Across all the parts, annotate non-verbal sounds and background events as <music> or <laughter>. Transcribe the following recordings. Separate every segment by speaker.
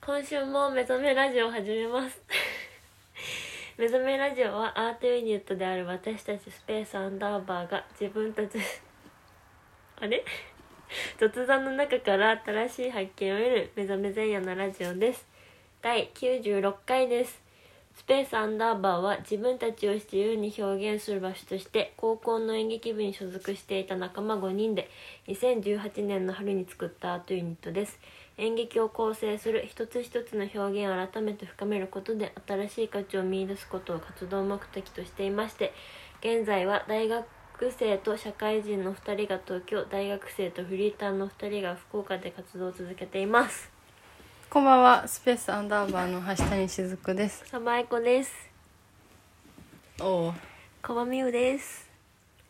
Speaker 1: 今週も目覚めラジオを始めます <laughs> 目覚めラジオはアートユニットである私たちスペースアンダーバーが自分たち <laughs> あれ <laughs> 雑談の中から新しい発見を得る目覚め前夜のラジオです第96回ですスペースアンダーバーは自分たちを自由に表現する場所として高校の演劇部に所属していた仲間5人で2018年の春に作ったアートユニットです演劇を構成する一つ一つの表現を改めて深めることで新しい価値を見出すことを活動目的としていまして現在は大学生と社会人の2人が東京大学生とフリーターの2人が福岡で活動を続けています
Speaker 2: こんばんは、スペースアンダーバーの橋谷しくです。
Speaker 1: サバエコです
Speaker 2: おお、
Speaker 1: コバミユです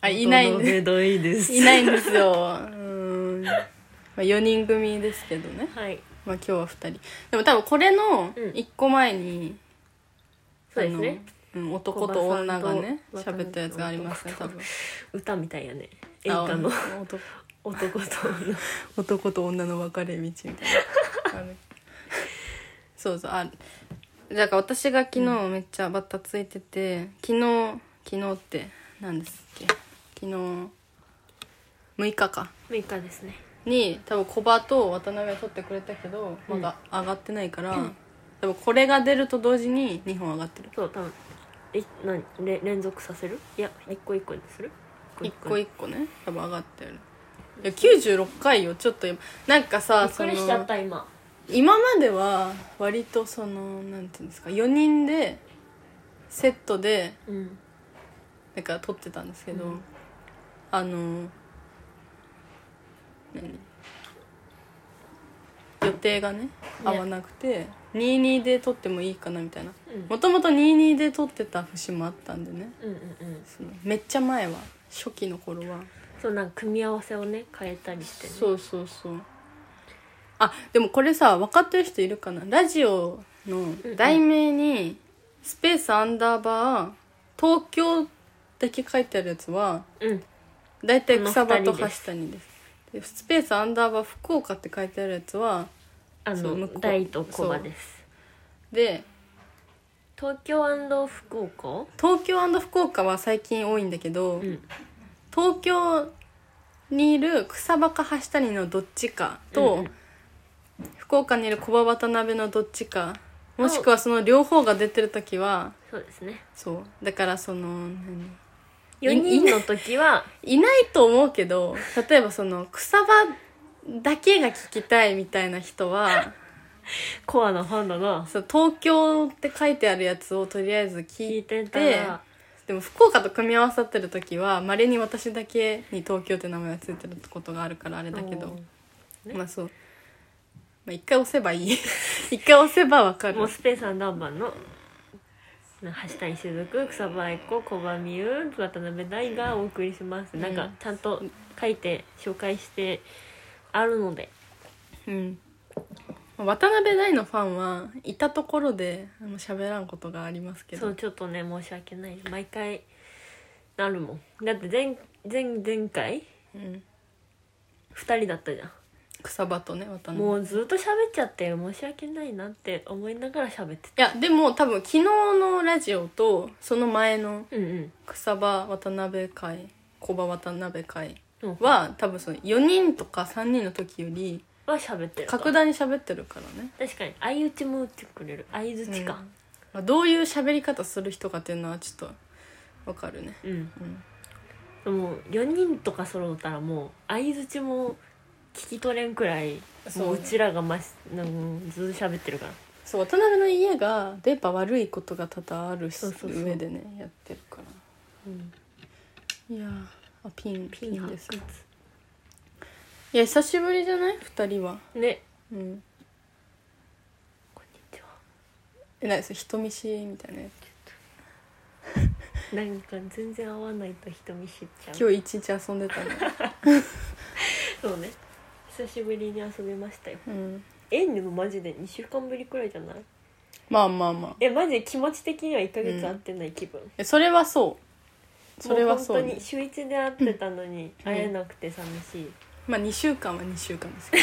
Speaker 2: あ、いないんで、
Speaker 3: どいいです。
Speaker 2: <laughs> いないんですよ。う <laughs> ーん、まあ、四人組ですけどね。
Speaker 1: はい
Speaker 2: まあ、今日は二人。でも、多分、これの
Speaker 1: うん
Speaker 2: 一個前に。
Speaker 1: そうですね
Speaker 2: あの。うん、男と女がね、
Speaker 1: おばさんと
Speaker 2: 喋ったやつがありますね、多分。
Speaker 1: 歌みたいやね演歌の
Speaker 2: あ <laughs> 男
Speaker 1: 男と
Speaker 2: 男と女の別れ道みたいなあ <laughs> のそうそうあだから私が昨日めっちゃバッタついてて、昨日昨日って何ですっけ昨日6日か
Speaker 1: 6日ですね
Speaker 2: に多分コバと渡辺は撮ってくれたけど
Speaker 1: う
Speaker 2: ま
Speaker 1: ん
Speaker 2: だ上がってないから、多分これが出ると同時に2本上がってる
Speaker 1: そう多分え何れ連続させるいや一個一個にする
Speaker 2: 1個1個ね多分上がってるいや96回よちょっと今なんかさ
Speaker 1: びっくりしちゃった今
Speaker 2: 今までは割とそのなんていうんですか4人でセットで
Speaker 1: うん
Speaker 2: なんか撮ってたんですけど、
Speaker 1: うん
Speaker 2: あの何予定がね合わなくて、22で撮ってもいいかなみたいな
Speaker 1: うん
Speaker 2: もともと22で撮ってた節もあったんでね
Speaker 1: うんうんうん
Speaker 2: そのめっちゃ前は初期の頃は
Speaker 1: そうなんか組み合わせをね変えたりしてね
Speaker 2: そうそうそうあでもこれさ分かってる人いるかなラジオの題名に「スペースアンダーバー東京」だけ書いてあるやつは
Speaker 1: うん
Speaker 2: 大体草場と
Speaker 1: こ
Speaker 2: 橋
Speaker 1: の二
Speaker 2: 谷ですでスペースアンダーバー福岡って書いてあるやつは
Speaker 1: あ
Speaker 2: そう向こ
Speaker 1: の
Speaker 2: う
Speaker 1: 大とコバです
Speaker 2: で
Speaker 1: 東京福岡
Speaker 2: 東京福岡は最近多いんだけど、
Speaker 1: うん
Speaker 2: 東京にいる草場か橋谷のどっちかと、
Speaker 1: うんうん
Speaker 2: 福岡にいる小葉渡辺のどっちかもしくはその両方が出てる時は
Speaker 1: そうですね
Speaker 2: そうだからその何
Speaker 1: 4人の時は
Speaker 2: いないと思うけど例えばその草場だけが聞きたいみたいな
Speaker 1: <laughs>
Speaker 2: 人は
Speaker 1: <laughs> コアなファンだな
Speaker 2: そう東京って書いてあるやつをとりあえず聞
Speaker 1: 聞
Speaker 2: い
Speaker 1: いて
Speaker 2: て
Speaker 1: たら
Speaker 2: でも福岡と組み合わさってる時はまれに私だけに東京って名前がついてることがあるからあれだけど、
Speaker 1: ね
Speaker 2: まあそう、まあ、一回押せば
Speaker 1: <laughs>
Speaker 2: いい一回押せばわか
Speaker 1: うん
Speaker 2: る
Speaker 1: もうスペースアンダーバーの橋谷雫草場愛子小場美優渡辺大がお送りします、なんかちゃんと書いて紹介してあるので
Speaker 2: うん渡辺大のファンはいたところであの喋らんことがありますけ
Speaker 1: そ
Speaker 2: ど
Speaker 1: うちょっとね申し訳ない毎回なるもんだって前前前回
Speaker 2: うん、
Speaker 1: 2人だったじゃん
Speaker 2: 草場とね渡辺
Speaker 1: もうずっと喋っちゃって申し訳ないなって思いながら喋って
Speaker 2: いやでも多分昨日のラジオとその前の
Speaker 1: たうんうん
Speaker 2: 草場渡辺会小場渡辺会
Speaker 1: うん
Speaker 2: は多分その4人とか3人の時より
Speaker 1: は喋ってる
Speaker 2: 格段に喋ってるからね、
Speaker 1: 確かに相打ちも打ってくれる相づちか
Speaker 2: まあ、どういう喋り方する人かっていうのはちょっとわかるね
Speaker 1: うん、
Speaker 2: うん
Speaker 1: でも4人とか揃ったらもう相づちも聞き取れんくらい
Speaker 2: そう
Speaker 1: もううちらがまし、うん、ずっと喋ってるから
Speaker 2: そう渡辺の家が電波悪いことが多々あるし
Speaker 1: そうそうそう
Speaker 2: 上でねやってるから
Speaker 1: うん
Speaker 2: いやーあピンピンです
Speaker 1: 発
Speaker 2: いや久しぶりじゃない二人は
Speaker 1: 掘ね
Speaker 2: うん
Speaker 1: こんにちは
Speaker 2: えなにそれ人見知りみたいなや
Speaker 1: なんか全然合わないと人見知っちゃ
Speaker 2: つ
Speaker 1: う
Speaker 2: 今日一日遊んでたね
Speaker 1: <laughs> そうね久しぶりに遊びましたよ
Speaker 2: うん
Speaker 1: えでもマジで2週間ぶりくらいじゃない
Speaker 2: まあまあまあ
Speaker 1: えマジで気持ち的には1ヶ月会ってない気分、
Speaker 2: えそれはそうそれはそう,、
Speaker 1: もう本当に週1で会ってたのに会えなくて寂しい、 <laughs>
Speaker 2: まあ2週間は2週間ですけど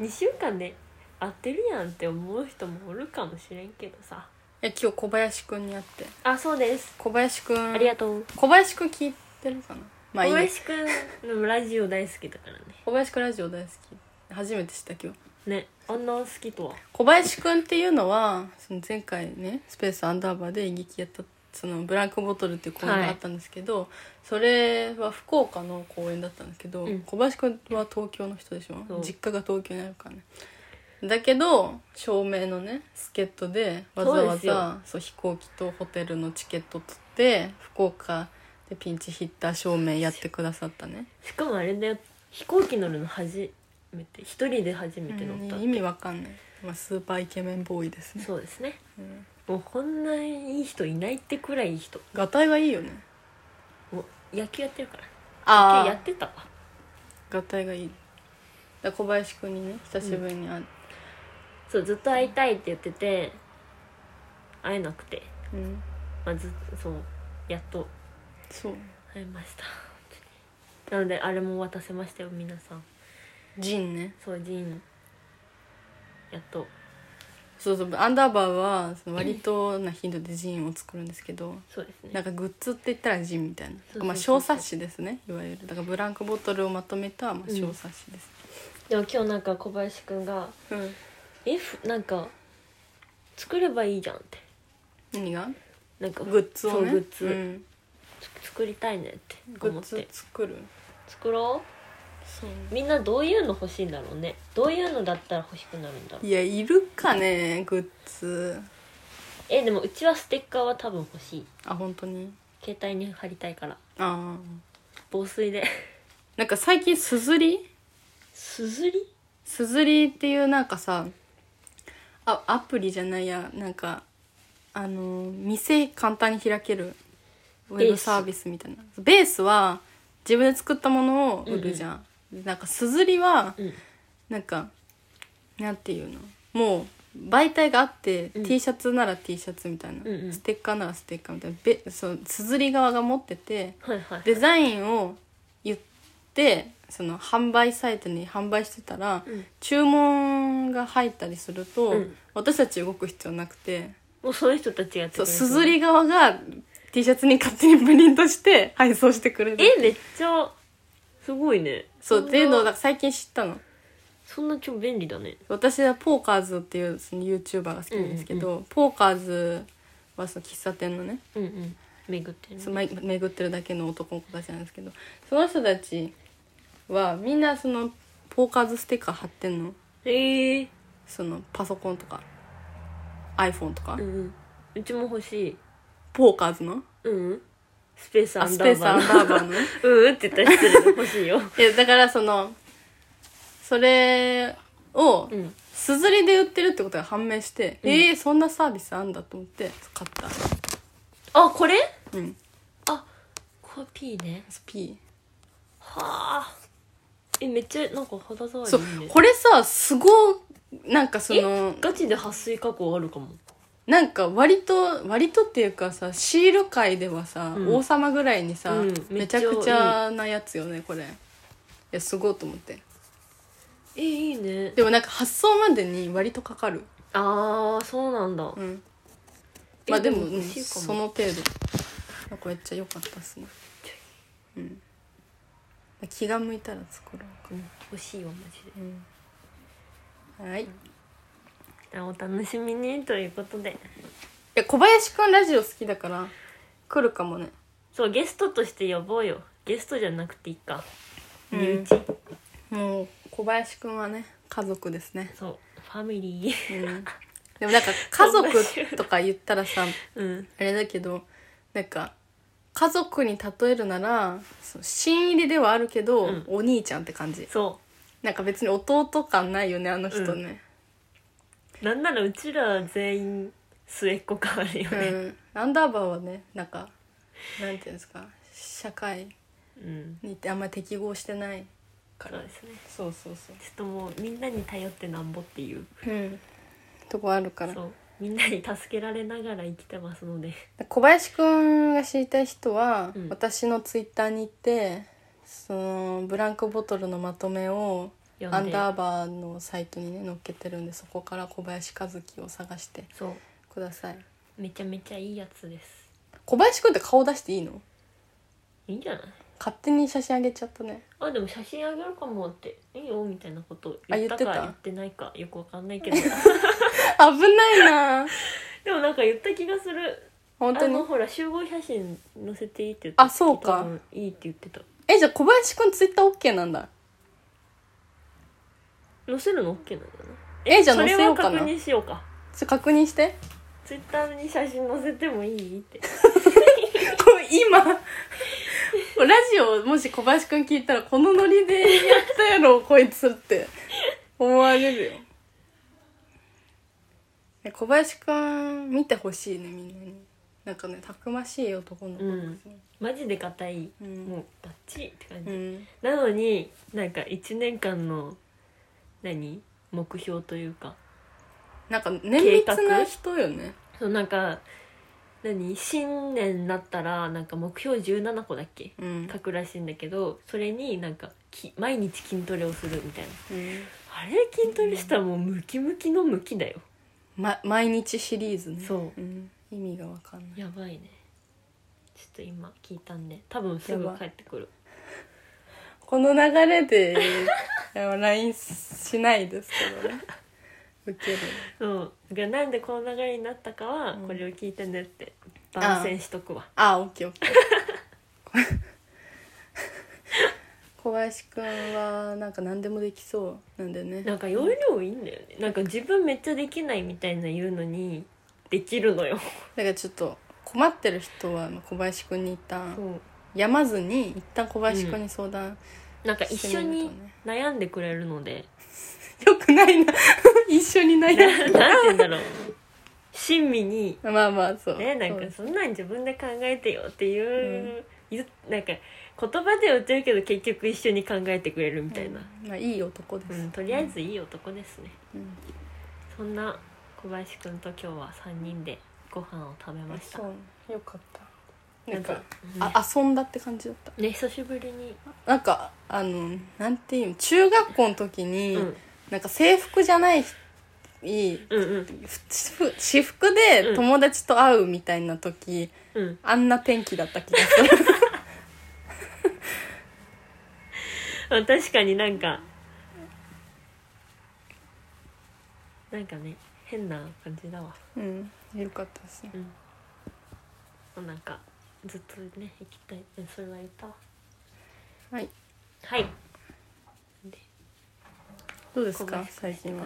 Speaker 1: 2週間で合ってるやんって思う人もおるかもしれんけどさ
Speaker 2: え今日小林くんに会って
Speaker 1: あそうです
Speaker 2: 小林くん
Speaker 1: ありがとう
Speaker 2: 小林くん聞いてるかなまあいい
Speaker 1: 小
Speaker 2: や
Speaker 1: 林くんのラジオ大好きだからね
Speaker 2: 小林くんラジオ大好き初めて知った今日
Speaker 1: ねあんな好きとは
Speaker 2: 小林くんっていうのはその前回ねスペースアンダーバーで演劇やったそのブランクボトルっていう公演があったんですけど、それは福岡の公演だったんですけど、
Speaker 1: うん
Speaker 2: 小林くんは東京の人でしょ
Speaker 1: そう
Speaker 2: 実家が東京にあるからねだけど照明のね助っ人でわざ
Speaker 1: そう
Speaker 2: わ
Speaker 1: ですよ
Speaker 2: ざそう飛行機とホテルのチケット取って福岡でピンチヒッター照明やってくださったね
Speaker 1: しかもあれだよ飛行機乗るの初めて一人で初めて乗った、
Speaker 2: うん意味わかんない、まあ、スーパーイケメンボーイですね
Speaker 1: そうですね
Speaker 2: うん
Speaker 1: もうこんないい人いないってくらいいい人
Speaker 2: ガタイがいいよね
Speaker 1: もう野球やってるから野
Speaker 2: あ
Speaker 1: 球や
Speaker 2: あ
Speaker 1: ってたわ
Speaker 2: 合体がいいだから小林くんにね久しぶりに会う、
Speaker 1: そうずっと会いたいって言ってて会えなくて、
Speaker 2: うん、
Speaker 1: まあ、ずそうやっと
Speaker 2: そう
Speaker 1: 会えました <laughs> なのであれも渡せましたよ皆さん
Speaker 2: ジンね
Speaker 1: そうジンやっと
Speaker 2: そうそうアンダーバーはその割とな頻度でジンを作るんですけど
Speaker 1: そうですね
Speaker 2: なんかグッズって言ったらジンみたいな
Speaker 1: そうそうそう
Speaker 2: まあ小冊子ですねいわゆるだからブランクボトルをまとめた、まあ、
Speaker 1: うん
Speaker 2: 小冊子です、
Speaker 1: でも今日なんか小林くんが
Speaker 2: うん
Speaker 1: 「えふなんか作ればいいじゃん」って
Speaker 2: 何が
Speaker 1: なんか
Speaker 2: グッズを
Speaker 1: そう
Speaker 2: ね
Speaker 1: グッズ、
Speaker 2: うん
Speaker 1: つ作りたいねって
Speaker 2: グ
Speaker 1: 思
Speaker 2: ッ
Speaker 1: っ
Speaker 2: ズ
Speaker 1: て
Speaker 2: 作る
Speaker 1: 作ろ
Speaker 2: そう
Speaker 1: うみんなどういうの欲しいんだろうねどういうのだったら欲しくなるんだろう
Speaker 2: いやいるかねグッズ
Speaker 1: えでもうちはステッカーは多分欲しい
Speaker 2: あ本当に
Speaker 1: 携帯に貼りたいから
Speaker 2: ああ
Speaker 1: 防水で
Speaker 2: なんか最近すずり
Speaker 1: すずり
Speaker 2: すずりっていうなんかさあアプリじゃないやなんかあの店簡単に開けるウ
Speaker 1: ベ
Speaker 2: ェ
Speaker 1: ース
Speaker 2: ブサービスみたいなベースは自分で作ったものを売るじゃん、なんかすずりは
Speaker 1: うん
Speaker 2: なんかなんていうのもう媒体があって、
Speaker 1: うん
Speaker 2: T シャツなら T シャツみたいな、
Speaker 1: うんうん
Speaker 2: ステッカーならステッカーみたいなべそうすずり側が持ってて
Speaker 1: はいはいはい
Speaker 2: デザインを言ってその販売サイトに販売してたら、
Speaker 1: うん
Speaker 2: 注文が入ったりすると、
Speaker 1: うん
Speaker 2: 私たち動く必要なくて
Speaker 1: もうその人たちがやって
Speaker 2: そうす
Speaker 1: そう
Speaker 2: ずり側が T シャツに勝手にプリントして配送してくれる
Speaker 1: えめっちゃすごいね
Speaker 2: そうっ
Speaker 1: ん
Speaker 2: ていうのをだか
Speaker 1: な
Speaker 2: ら最近知ったの
Speaker 1: そんな超便利だね
Speaker 2: 私はポーカーズっていうその YouTuber が好きなんですけど、ポーカーズはその喫茶店のね
Speaker 1: うんうん巡ってるね
Speaker 2: そのめ巡ってるだけの男の子たちなんですけどその人たちはみんなそのポーカーズステッカー貼ってんの
Speaker 1: ええ
Speaker 2: そのパソコンとか iPhone とか、
Speaker 1: うんうんうちも欲しい
Speaker 2: ポーカーズの
Speaker 1: うんうんスペースア
Speaker 2: あ
Speaker 1: ン
Speaker 2: ス
Speaker 1: ダ
Speaker 2: ペー
Speaker 1: ー
Speaker 2: スア
Speaker 1: バ
Speaker 2: ン
Speaker 1: ー
Speaker 2: ダーバーの
Speaker 1: <laughs>
Speaker 2: ね
Speaker 1: のうんうんって言ったら失礼だ欲しいよ
Speaker 2: いやだからそのそれを
Speaker 1: <laughs> うん
Speaker 2: すずりで売ってるってことが判明して、
Speaker 1: うん
Speaker 2: えー、そんなサービスあんだと思って買っ
Speaker 1: あこれ
Speaker 2: たうん
Speaker 1: あコピーね
Speaker 2: SP
Speaker 1: はあえめっちゃなんか肌触り
Speaker 2: そう
Speaker 1: いいね
Speaker 2: これさすごいなんかその
Speaker 1: えガチで撥水加工あるかも
Speaker 2: なんか割と割とっていうかさシール界ではさ、
Speaker 1: うん
Speaker 2: 王様ぐらいにさ、
Speaker 1: うん
Speaker 2: めちゃくちゃなやつよねこれいやすごいと思って
Speaker 1: えいいね
Speaker 2: でもなんか発送までに割とかかる
Speaker 1: ああそうなんだ
Speaker 2: うん
Speaker 1: え
Speaker 2: まあでも
Speaker 1: 欲
Speaker 2: うん
Speaker 1: しいかも
Speaker 2: その程度なんかめっちゃ良かったっすねうん気が向いたら作ろうか
Speaker 1: うん欲しいわマジで
Speaker 2: なはいい
Speaker 1: あお楽しみにということで
Speaker 2: や小林くんラジオ好きだから来るかもね
Speaker 1: そうゲストとして呼ぼうよゲストじゃなくていいか
Speaker 2: うん
Speaker 1: 身内、
Speaker 2: もう小林くんはね家族ですね
Speaker 1: そうファミリー <laughs>
Speaker 2: うん <laughs> でもなんか家族とか言ったら <laughs> さ
Speaker 1: うん
Speaker 2: あれだけどなんか家族に例えるならそう親入りではあるけど、
Speaker 1: うん
Speaker 2: お兄ちゃんって感じ
Speaker 1: そ
Speaker 2: なんか別に弟感ないよねあの人ね、
Speaker 1: うなんならうちら全員末っ子変わるよね
Speaker 2: うん、アンダーバーはねなんかなんていうんですか社会
Speaker 1: うん
Speaker 2: にあんまり適合してないか
Speaker 1: そ
Speaker 2: ら
Speaker 1: うですね
Speaker 2: そうそうそ
Speaker 1: ちょっともうみんなに頼ってなんぼっていう
Speaker 2: う、うん、とこあるから
Speaker 1: そうみんなに助けられながら生きてますので
Speaker 2: 小林くんが知りたい人は、
Speaker 1: うん
Speaker 2: 私のツイッターに行ってそのブランクボトルのまとめを
Speaker 1: 呼んで
Speaker 2: アンダーバーのサイトにね載っけてるんでそこから小林和樹を探して
Speaker 1: そう
Speaker 2: ください
Speaker 1: めちゃめちゃいいやつです
Speaker 2: 小林くんって顔出していいの
Speaker 1: いいんじゃない
Speaker 2: 勝手に写真あげちゃったね
Speaker 1: あでも写真あげるかもっていいよみたいなこと
Speaker 2: あ
Speaker 1: 言ったか
Speaker 2: 言ってた
Speaker 1: 言ってないかよくわかんないけど <laughs>
Speaker 2: 危ないな
Speaker 1: でもなんか言った気がする
Speaker 2: 本当
Speaker 1: あ
Speaker 2: に
Speaker 1: のほら集合写真載せていいって言った
Speaker 2: あそうか
Speaker 1: 多分いいって言ってた
Speaker 2: えじゃあ小林くんツイッター OK なんだ
Speaker 1: 載せるの OK なのかな
Speaker 2: えじゃあ載せようか
Speaker 1: それ
Speaker 2: な
Speaker 1: は確認しようか
Speaker 2: ちょ確認して
Speaker 1: ツイッターに写真載せてもいいって
Speaker 2: これ今ラジオもし小林くん聞いたらこのノリでやったやろこいつって思われるよえ小林くん見てほしいねみんなになんかねたくましい男の子ですね、
Speaker 1: マジで硬い、
Speaker 2: うん
Speaker 1: もうバッチリって感
Speaker 2: う
Speaker 1: じ、
Speaker 2: ん
Speaker 1: なのになんか1年間の何目標というか
Speaker 2: なんか綿密な人よね
Speaker 1: そうなんか何新年になったらなんか目標17個だっけ
Speaker 2: うん、
Speaker 1: 書くらしいんだけどそれになんかき毎日筋トレをするみたいな
Speaker 2: うん
Speaker 1: あれ筋トレしたらもうムキムキのムキだよ
Speaker 2: ま、毎日シリーズね、
Speaker 1: そう
Speaker 2: ん、意味がわかんない
Speaker 1: やばいねちょっと今聞いたんで多分すぐ
Speaker 2: やば
Speaker 1: 帰ってくる
Speaker 2: この流れでいや LINE しないですけどねウケる
Speaker 1: そうがなんでこの流れになったかは
Speaker 2: うん
Speaker 1: これを聞いてねって番宣しとくわ
Speaker 2: あオッケーオッケー小林くんはなんか何でもできそうなんだよね
Speaker 1: なんか容量いいんだよねなんか自分めっちゃできないみたいな言うのにできるのよ
Speaker 2: だからちょっと困ってる人はまあ小林くんに一旦
Speaker 1: そう
Speaker 2: やまずに一旦小林くんに相談
Speaker 1: なんか
Speaker 2: し
Speaker 1: 一
Speaker 2: て
Speaker 1: 緒
Speaker 2: みる
Speaker 1: に
Speaker 2: とね、
Speaker 1: 悩んでくれるので
Speaker 2: よくない <laughs> な一緒に悩
Speaker 1: ななんて言うんだろう親身に
Speaker 2: むまあまあそう
Speaker 1: ねなんか
Speaker 2: そう
Speaker 1: そんなん自分で考えてよっていう、言うなんか言葉では言ってるけど結局一緒に考えてくれるみたいな、
Speaker 2: うんまあいい男で
Speaker 1: う
Speaker 2: す、
Speaker 1: んとりあえずいい男ですね、
Speaker 2: うん
Speaker 1: そんな小林くんと今日は3人でご飯を食べました
Speaker 2: そうよかったなんか
Speaker 1: なんか
Speaker 2: あ遊んだって感じだった
Speaker 1: ね久しぶりに、
Speaker 2: なんかあのなんていうの中学校の時に、
Speaker 1: うん、
Speaker 2: なんか制服じゃないいい
Speaker 1: うんうん
Speaker 2: ふふ私服で友達と会うみたいな時、
Speaker 1: うん
Speaker 2: あんな天気だった気がする
Speaker 1: あ確かになんかなんかね変な感じだわ
Speaker 2: <laughs> うんよかったですね
Speaker 1: うんなんかずっとね行きたいうんそれは言ったわ
Speaker 2: はい
Speaker 1: はい
Speaker 2: どうで
Speaker 1: です
Speaker 2: か最近は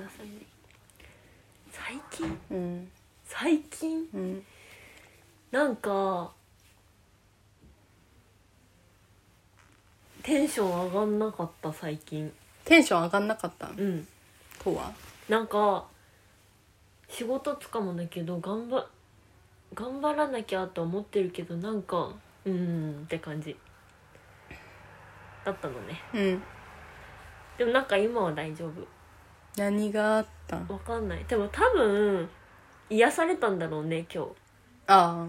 Speaker 1: 最近
Speaker 2: うん
Speaker 1: 最近
Speaker 2: うん
Speaker 1: なんかテンション上がんなかった最近
Speaker 2: テンション上がんなかった
Speaker 1: うん
Speaker 2: とは
Speaker 1: なんか仕事とかもだけど頑張頑張らなきゃと思ってるけどなんかうーんって感じだったのね
Speaker 2: うん
Speaker 1: でもなんか今は大丈夫
Speaker 2: 何があったあ
Speaker 1: わかんないでも多分癒されたんだろうね今日
Speaker 2: あ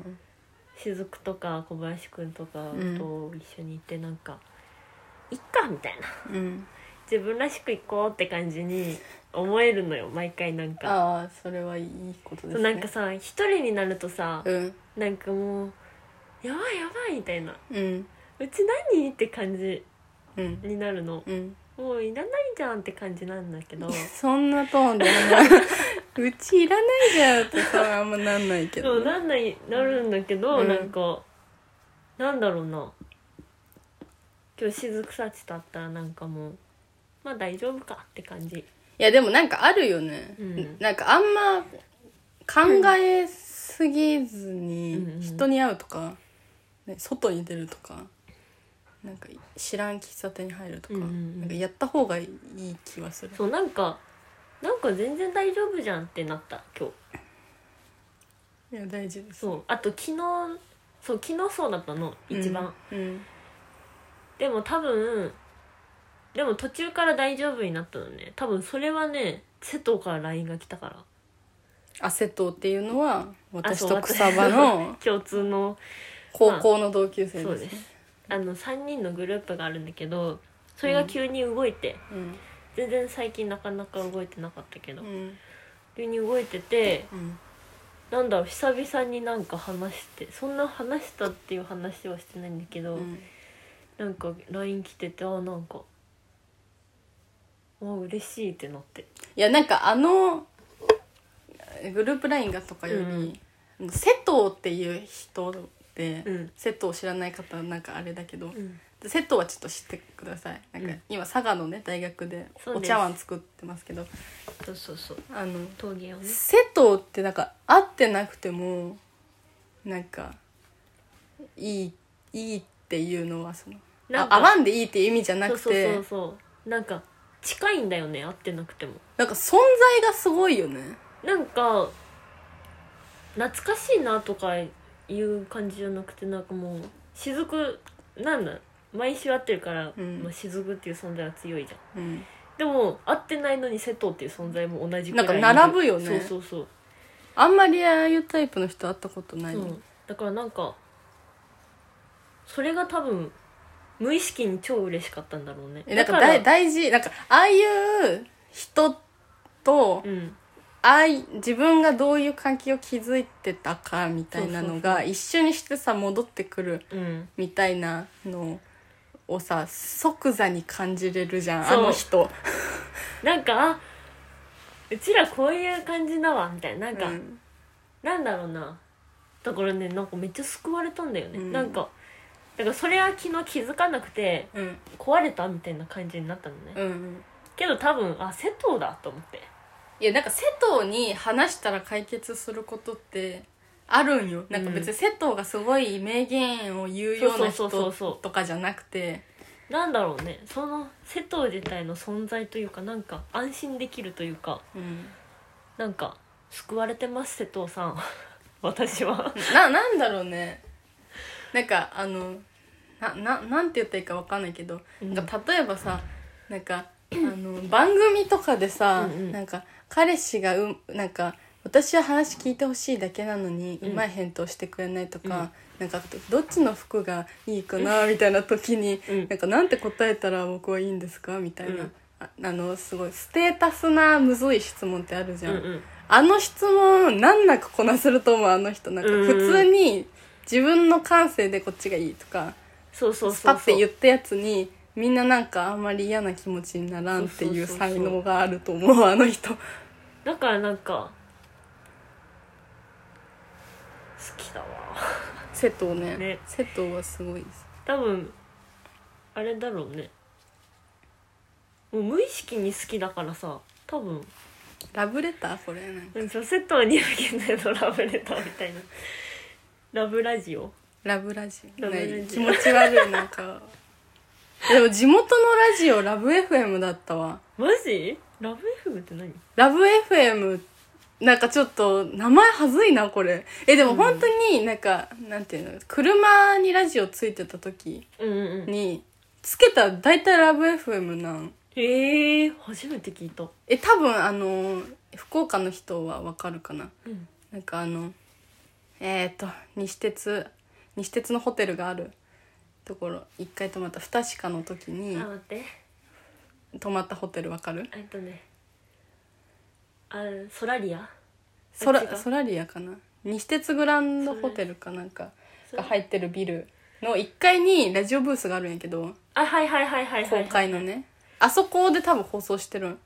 Speaker 1: 雫とか小林くんとか
Speaker 2: うん
Speaker 1: と一緒にいてなんか「いっか」みたいな
Speaker 2: うん
Speaker 1: 自分らしくいこうって感じに思えるのよ毎回なんか。
Speaker 2: ああそれはいいこと
Speaker 1: そ
Speaker 2: です
Speaker 1: う
Speaker 2: ね
Speaker 1: なんかさ一人になるとさ、
Speaker 2: うん
Speaker 1: なんかもう「やばいやばい」みたいな
Speaker 2: うん
Speaker 1: 「うち何?」って感じ
Speaker 2: うん
Speaker 1: になるの
Speaker 2: うん
Speaker 1: もういらないじゃんって感じなんだけ
Speaker 2: <laughs>
Speaker 1: ど
Speaker 2: そんなトーンであんまうちいらないじゃんってさあんまなんないけ
Speaker 1: そう
Speaker 2: どね
Speaker 1: なんないなるんだけど、
Speaker 2: うん
Speaker 1: なんかなんだろうな今日雫さちと会ったらなんかもうまあ大丈夫かって感じ
Speaker 2: いやでもなんかあるよね、
Speaker 1: うん
Speaker 2: なんかあんま考えすぎず
Speaker 1: うんうん
Speaker 2: に人に会うとか、ね、外に出るとかなんか知らん喫茶店に入るとか,、
Speaker 1: うんうんうん
Speaker 2: なんかやった方がいい気はする
Speaker 1: そうなんかなんか全然大丈夫じゃんってなった今日
Speaker 2: いや大事です
Speaker 1: そうあと昨日そう昨日そうだったの一番、
Speaker 2: うん
Speaker 1: でも多分でも途中から大丈夫になったのね多分それはね瀬戸から LINE が来たから
Speaker 2: アセトっていうのは私
Speaker 1: あそ
Speaker 2: と
Speaker 1: う私
Speaker 2: 草場の
Speaker 1: 共通の
Speaker 2: 高校の同級生
Speaker 1: そう
Speaker 2: です
Speaker 1: で
Speaker 2: ね
Speaker 1: すあの3人のグループがあるんだけどそれが急に動いて、
Speaker 2: うん
Speaker 1: 全然最近なかなか動いてなかったけど、
Speaker 2: うん
Speaker 1: 急に動いてて
Speaker 2: うん
Speaker 1: なんだろう久々になんか話してそんな話したっていう話はしてないんだけど、
Speaker 2: うん
Speaker 1: なんか LINE 来ててあなんかあ嬉しいってなって
Speaker 2: いやなんかあのグループラインがとかより、瀬戸っていう人で、
Speaker 1: うん
Speaker 2: 瀬戸を知らない方はなんかあれだけど、
Speaker 1: うん
Speaker 2: 瀬戸はちょっと知ってくださいなんか
Speaker 1: うん
Speaker 2: 今佐賀のね大学で
Speaker 1: そう
Speaker 2: お
Speaker 1: です
Speaker 2: 茶碗作ってますけど
Speaker 1: そうそうそう
Speaker 2: あの
Speaker 1: 陶芸をね
Speaker 2: 瀬戸ってなんか会ってなくてもなんかいいいいっていうのはその
Speaker 1: なん
Speaker 2: あ
Speaker 1: か
Speaker 2: 会わんでいいっていう意味じゃなく
Speaker 1: そうそうそ
Speaker 2: て
Speaker 1: うそうなんか近いんだよね会ってなくても
Speaker 2: なんか存在がすごいよね。
Speaker 1: なんか懐かしいなとかいう感じじゃなくてなんかもう雫なんだ毎週会ってるから、
Speaker 2: うん
Speaker 1: まあ、雫っていう存在は強いじゃん
Speaker 2: うん
Speaker 1: でも会ってないのに瀬戸っていう存在も同じい
Speaker 2: なんか並ぶよね
Speaker 1: そうそうそう
Speaker 2: あんまりああいうタイプの人会ったことない、
Speaker 1: うん、だからなんかそれが多分無意識に超嬉しかったんだろうね
Speaker 2: えなんか
Speaker 1: だら
Speaker 2: だい大事なんかああいう人と、
Speaker 1: うん
Speaker 2: ああい自分がどういう関係を築いてたかみたいなの
Speaker 1: そう
Speaker 2: が一緒にしてさ戻ってくる
Speaker 1: うん
Speaker 2: みたいなのをさ即座に感じれるじゃんあ
Speaker 1: そう
Speaker 2: の人
Speaker 1: なんかあうちらこういう感じだわみたいななんか、
Speaker 2: うん
Speaker 1: なんだろうなだからねなんかめっちゃ救われたんだよね、
Speaker 2: うん
Speaker 1: なんかだからそれは昨日気づかなくて
Speaker 2: うん
Speaker 1: 壊れたみたいな感じになったのね、
Speaker 2: うんうん
Speaker 1: けど多分あ瀬戸だと思って
Speaker 2: いやなんか瀬戸に話したら解決することってあるんよなんか別に瀬戸がすごい名言を言うような
Speaker 1: そう
Speaker 2: 人
Speaker 1: そうそうそう
Speaker 2: とかじゃなくて
Speaker 1: なんだろうねその瀬戸自体の存在というかなんか安心できるというか
Speaker 2: うん
Speaker 1: なんか救われてます瀬戸さん <laughs> 私は
Speaker 2: ななんだろうねなんかあのなななんて言ったらいいかわかんないけど、
Speaker 1: うん
Speaker 2: なんか例えばさなんかあの番組とかでさ、
Speaker 1: うんうん
Speaker 2: なんか彼氏がうなんか私は話聞いてほしいだけなのに、
Speaker 1: うん
Speaker 2: うまい返答してくれないとか、なんかどっちの服がいいかなみたいな時に、
Speaker 1: うん
Speaker 2: なんかなんて答えたら僕はいいんですかみたいな、
Speaker 1: うん
Speaker 2: ああのすごいステータスなむずい質問ってあるじ
Speaker 1: う
Speaker 2: ゃ
Speaker 1: んうん
Speaker 2: あの質問難なくこなせると思うあの人なんか
Speaker 1: うんうん
Speaker 2: 普通に自分の感性でこっちがいいとか
Speaker 1: そうそう
Speaker 2: ス
Speaker 1: そ
Speaker 2: パ
Speaker 1: う
Speaker 2: ッて言
Speaker 1: う
Speaker 2: ったやつにみんななんかあんまり嫌な気持ちにならんっていう
Speaker 1: そうそうそう
Speaker 2: 才能があると思うあの
Speaker 1: <laughs>
Speaker 2: 人
Speaker 1: だからなんか好きだわ
Speaker 2: 瀬戸ね
Speaker 1: ね
Speaker 2: 瀬戸はすごいです
Speaker 1: 多分あれだろうねもう無意識に好きだからさ多分
Speaker 2: ラブレターこれなんか
Speaker 1: うんそう瀬戸に向けてのラブレターみたいなラブラジオ
Speaker 2: ラブラジオ
Speaker 1: ラブラジオ
Speaker 2: ない気持ち悪いなんかでも地元のラジオラブ FM だったわ
Speaker 1: マジラブ FM って何
Speaker 2: ラブ FM なんかちょっと名前はずいなこれえでも本当になんか、なんていうの車にラジオついてた時
Speaker 1: うんうんうん
Speaker 2: につけたら大体ラブ FM なん
Speaker 1: へえ初めて聞いた
Speaker 2: え多分あの福岡の人はわかるかな
Speaker 1: うん
Speaker 2: なんかあのえっ、ー、と西鉄西鉄のホテルがあるところ一回泊まった不確かの時
Speaker 1: あ
Speaker 2: に
Speaker 1: 待って
Speaker 2: 泊まったホテルわかる
Speaker 1: えっとねあソラリア
Speaker 2: ソ
Speaker 1: 違う
Speaker 2: ラソラリアかな西鉄グランドホテルかなんか
Speaker 1: ソラ
Speaker 2: が入ってるビルの1階にラジオブースがあるんやけど
Speaker 1: あはいはいはいはいはい
Speaker 2: 公開のねあそこで多分放送してるん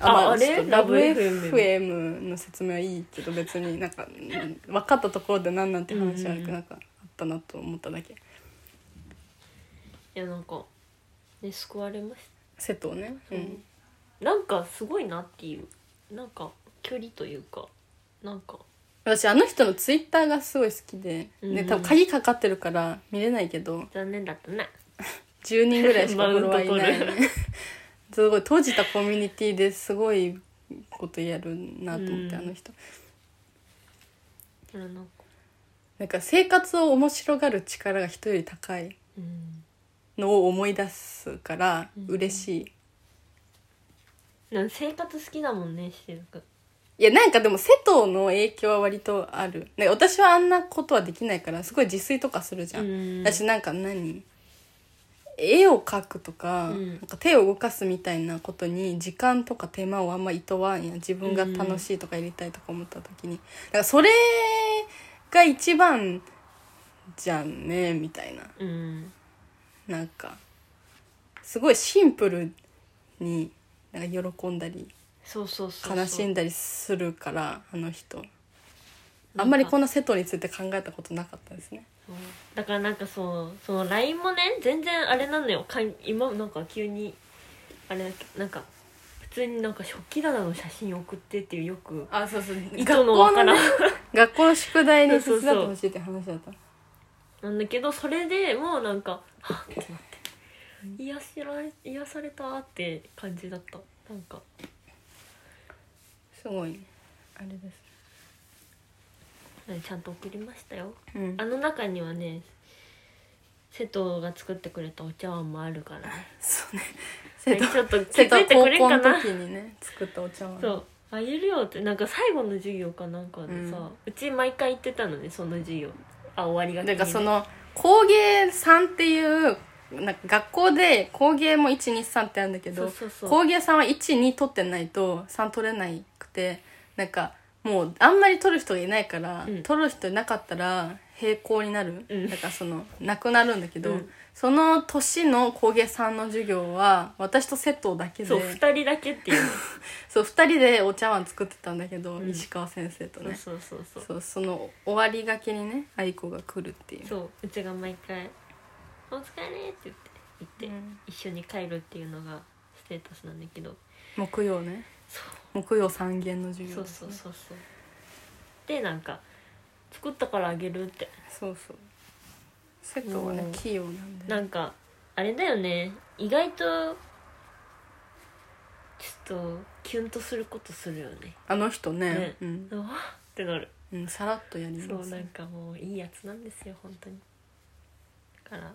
Speaker 1: あ
Speaker 2: ま
Speaker 1: あれ
Speaker 2: ちょっと
Speaker 1: ラ
Speaker 2: ラ
Speaker 1: ブ
Speaker 2: ブ
Speaker 1: FM
Speaker 2: FM の説明はいいけど別に <laughs> なんかうん分かったところで何なんて話はなくなんかあったなと思っただけ
Speaker 1: いやなんかね救われまし
Speaker 2: 瀬戸ねうん
Speaker 1: たなんかすごいなっていうなんか距離というかなんか
Speaker 2: 私あの人のツイッターがすごい好きで、
Speaker 1: う
Speaker 2: ね、
Speaker 1: ん
Speaker 2: 多分鍵かかってるから見れないけど
Speaker 1: 残念だったね
Speaker 2: 10人ぐらいしか
Speaker 1: マ
Speaker 2: フ
Speaker 1: ウン
Speaker 2: ォ
Speaker 1: ト
Speaker 2: ロワーいない、 <laughs> ね、すごい閉じたコミュニティですごいことやるなと思って、
Speaker 1: うん
Speaker 2: あの人
Speaker 1: あらなんか
Speaker 2: なんか生活を面白がる力が人より高い
Speaker 1: うん
Speaker 2: のを思い出すから
Speaker 1: うん
Speaker 2: 嬉しい、
Speaker 1: なんか生活好きだもんねしてるか
Speaker 2: いやなんかでも瀬戸の影響は割とあるね私はあんなことはできないからすごい自炊とかするじゃん、
Speaker 1: うん
Speaker 2: 私なんか何絵を描くとか,、
Speaker 1: うん
Speaker 2: なんか手を動かすみたいなことに時間とか手間をあんまいとわんや自分が楽しいとかやりたいとか思った時に、だからそれが一番じゃんねみたいな
Speaker 1: うん
Speaker 2: なんかすごいシンプルになんか喜んだり
Speaker 1: そうそうそうそう
Speaker 2: 悲しんだりするからあの人あんまりこの瀬戸について考えたことなかったですね
Speaker 1: そうだからなんかそうその LINE もね全然あれなのよかん今なんか急にあれだっけなんか普通になんか食器棚の写真送ってっていうよく
Speaker 2: あそうそう
Speaker 1: 意図
Speaker 2: 学
Speaker 1: の
Speaker 2: 校
Speaker 1: わ
Speaker 2: の,、
Speaker 1: からん
Speaker 2: ね、学校の宿題に
Speaker 1: そ
Speaker 2: 手
Speaker 1: うそう
Speaker 2: 伝っ
Speaker 1: そう
Speaker 2: てほしいって話だった
Speaker 1: なんだけどそれでもうなんかはっってなって癒しら癒されたって感じだったなんか
Speaker 2: すごいねあれです
Speaker 1: ちゃんと送りましたよ
Speaker 2: うん
Speaker 1: あの中にはね瀬戸が作ってくれたお茶碗もあるからね
Speaker 2: そうね
Speaker 1: は
Speaker 2: 瀬
Speaker 1: い
Speaker 2: 戸
Speaker 1: ちょっと気
Speaker 2: 瀬戸
Speaker 1: づいて
Speaker 2: 高
Speaker 1: くれん
Speaker 2: 校
Speaker 1: か
Speaker 2: の
Speaker 1: な
Speaker 2: 時にね作ったお茶碗
Speaker 1: そうあげるよってなんか最後の授業かなんかでさ、う
Speaker 2: うん
Speaker 1: ち毎回行ってたのねその授業あ終わりが
Speaker 2: なんか
Speaker 1: ね
Speaker 2: その工芸さんっていうなんか学校で工芸も123ってあるんだけど
Speaker 1: そうそうそう
Speaker 2: 工芸さんは12取ってないと3取れないくてなんかもうあんまり取る人がいないから、
Speaker 1: うん
Speaker 2: 取る人いなかったら平行になる、
Speaker 1: うん
Speaker 2: だからそのなくなるんだけど、
Speaker 1: うん
Speaker 2: その年の工芸さんの授業は私とセットだけで
Speaker 1: そう2人だけっていう
Speaker 2: そう2人でお茶碗作ってたんだけど、
Speaker 1: うん
Speaker 2: 石川先生と
Speaker 1: の
Speaker 2: ね
Speaker 1: そうそうそうそう
Speaker 2: そうその終わりがけにね愛子が来るっていう。
Speaker 1: そううちが毎回「お疲れ」って言って行って、
Speaker 2: うん
Speaker 1: 一緒に帰るっていうのがステータスなんだけど
Speaker 2: 木曜ね
Speaker 1: そう
Speaker 2: 木曜三限の授業
Speaker 1: そう
Speaker 2: です
Speaker 1: そ
Speaker 2: ね
Speaker 1: うそうそうでなんか「作ったからあげる」って
Speaker 2: そうそうセットはね
Speaker 1: うん
Speaker 2: 器用なんでね
Speaker 1: なんかあれだよね意外とちょっとキュンとすることするよね
Speaker 2: あの人ね
Speaker 1: ね
Speaker 2: うん
Speaker 1: うわってなる
Speaker 2: うん、さらっとやり
Speaker 1: そ
Speaker 2: ま
Speaker 1: う
Speaker 2: す
Speaker 1: なんかもういいやつなんですよ本当にだから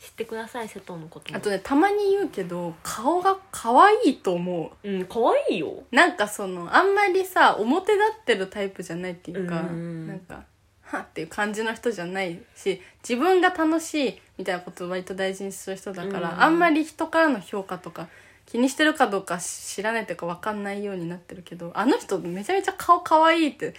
Speaker 1: 知ってください瀬戸のことも
Speaker 2: あとねたまに言うけど顔が可愛いと思
Speaker 1: うん可愛いよ
Speaker 2: うなんかそのあんまりさ表立ってるタイプじゃないっていうか、
Speaker 1: うんうんうん
Speaker 2: なんかはっていう感じの人じゃないし自分が楽しいみたいなことを割と大事にする人だから、
Speaker 1: うんうん
Speaker 2: あんまり人からの評価とか気にしてるかどうか知らないというか分かんないようになってるけどあの人めちゃめちゃ顔可愛いって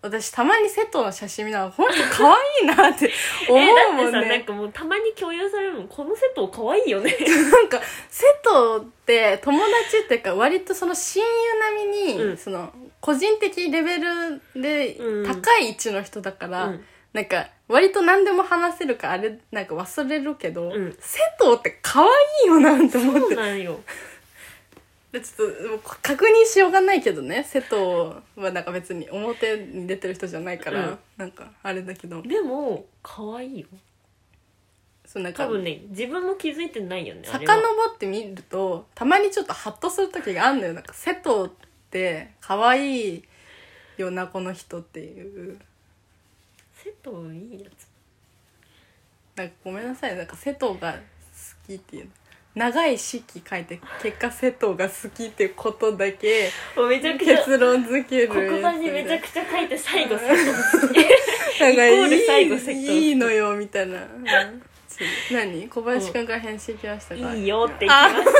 Speaker 2: 私たまに瀬戸の写真見ながらこの人可愛いなって思
Speaker 1: え
Speaker 2: う
Speaker 1: だ
Speaker 2: も
Speaker 1: って
Speaker 2: ん
Speaker 1: さ、
Speaker 2: ね。
Speaker 1: なんかもうたまに共有されるもんこの瀬戸可愛いよ <laughs> ね
Speaker 2: なんか瀬戸って友達っていうか割とその親友並みに、
Speaker 1: うん
Speaker 2: その個人的レベルで
Speaker 1: うん
Speaker 2: 高い位置の人だから、
Speaker 1: うん
Speaker 2: なんか割と何でも話せるからあれなんか忘れるけど、
Speaker 1: うん
Speaker 2: 瀬戸って可愛いよなって思っ
Speaker 1: そう
Speaker 2: て
Speaker 1: なんよ
Speaker 2: でちょっともう確認しようがないけどね瀬戸はなんか別に表に出てる人じゃないから、
Speaker 1: うん
Speaker 2: なんかあれだけど
Speaker 1: でも可愛いよ
Speaker 2: そうなんか
Speaker 1: 多分ね自分も気づいてないよねあれは
Speaker 2: 遡って見るとたまにちょっとハッとする時があんのよなんか瀬戸って可愛いよなこの人っていう
Speaker 1: 瀬戸いいやつ
Speaker 2: なんかごめんなさいなんか瀬戸が好きっていう長い式書いて結果瀬戸が好きっていうことだけ
Speaker 1: もうめちゃくちゃ
Speaker 2: 結論付 <laughs> ける
Speaker 1: 黒板にめちゃ
Speaker 2: ち
Speaker 1: くちゃ書いて最後瀬
Speaker 2: ゃ
Speaker 1: イコール最後瀬戸
Speaker 2: いいのよみたいな、うんちょ何小林くんから返信来ました
Speaker 1: 戸
Speaker 2: か
Speaker 1: いいよって言ってました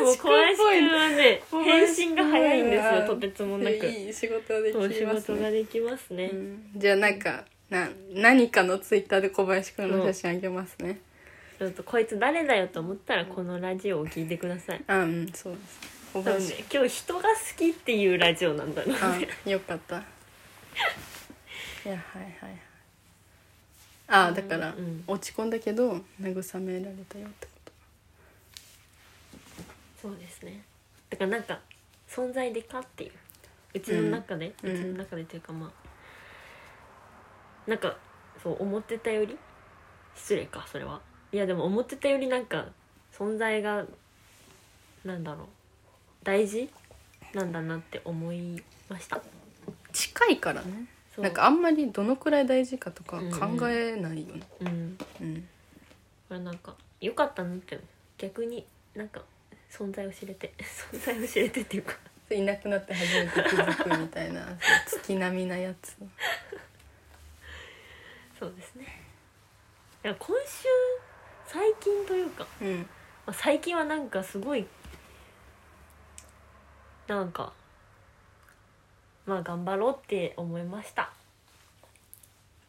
Speaker 1: もう
Speaker 2: 小
Speaker 1: 小林
Speaker 2: 林くんっぽい
Speaker 1: くんはね
Speaker 2: 小
Speaker 1: 返
Speaker 2: 林
Speaker 1: 信が早いんです
Speaker 2: 小
Speaker 1: よ
Speaker 2: 林
Speaker 1: とてつもなく
Speaker 2: いい仕事がで
Speaker 1: そう
Speaker 2: き
Speaker 1: 仕
Speaker 2: ます
Speaker 1: 事
Speaker 2: ね
Speaker 1: ができますね、
Speaker 2: うんじゃあなんかな何かのツイッターで小林くんの写真あげますね
Speaker 1: ちょっとこいつ誰だよと思ったらこのラジオを聞いてください
Speaker 2: あうんそうです小
Speaker 1: 多分
Speaker 2: 林
Speaker 1: ね今日人が好きっていうラジオなんだろうね
Speaker 2: あよかったいやはいはいあだから、
Speaker 1: うん
Speaker 2: 落ち込んだけど慰められたよってこ
Speaker 1: そうですねだからなんか存在でかっていううちの中で、う
Speaker 2: うん
Speaker 1: ちの中でというかまあなんかそう思ってたより失礼かそれはいやでも思ってたよりなんか存在がなんだろう大事なんだなって思いました
Speaker 2: と近いからね
Speaker 1: そう
Speaker 2: なんかあんまりどのくらい大事かとか考えないよね
Speaker 1: うん
Speaker 2: うん、
Speaker 1: これなんか良かったなって逆になんか存在を知れて <laughs> 存在を知れてっていうか
Speaker 2: いなくなって初めて気づくみたいなそう月並みなやつ
Speaker 1: そうですねいや今週最近というか、
Speaker 2: うん
Speaker 1: まあ、最近はなんかすごいなんかまあ頑張ろうって思いました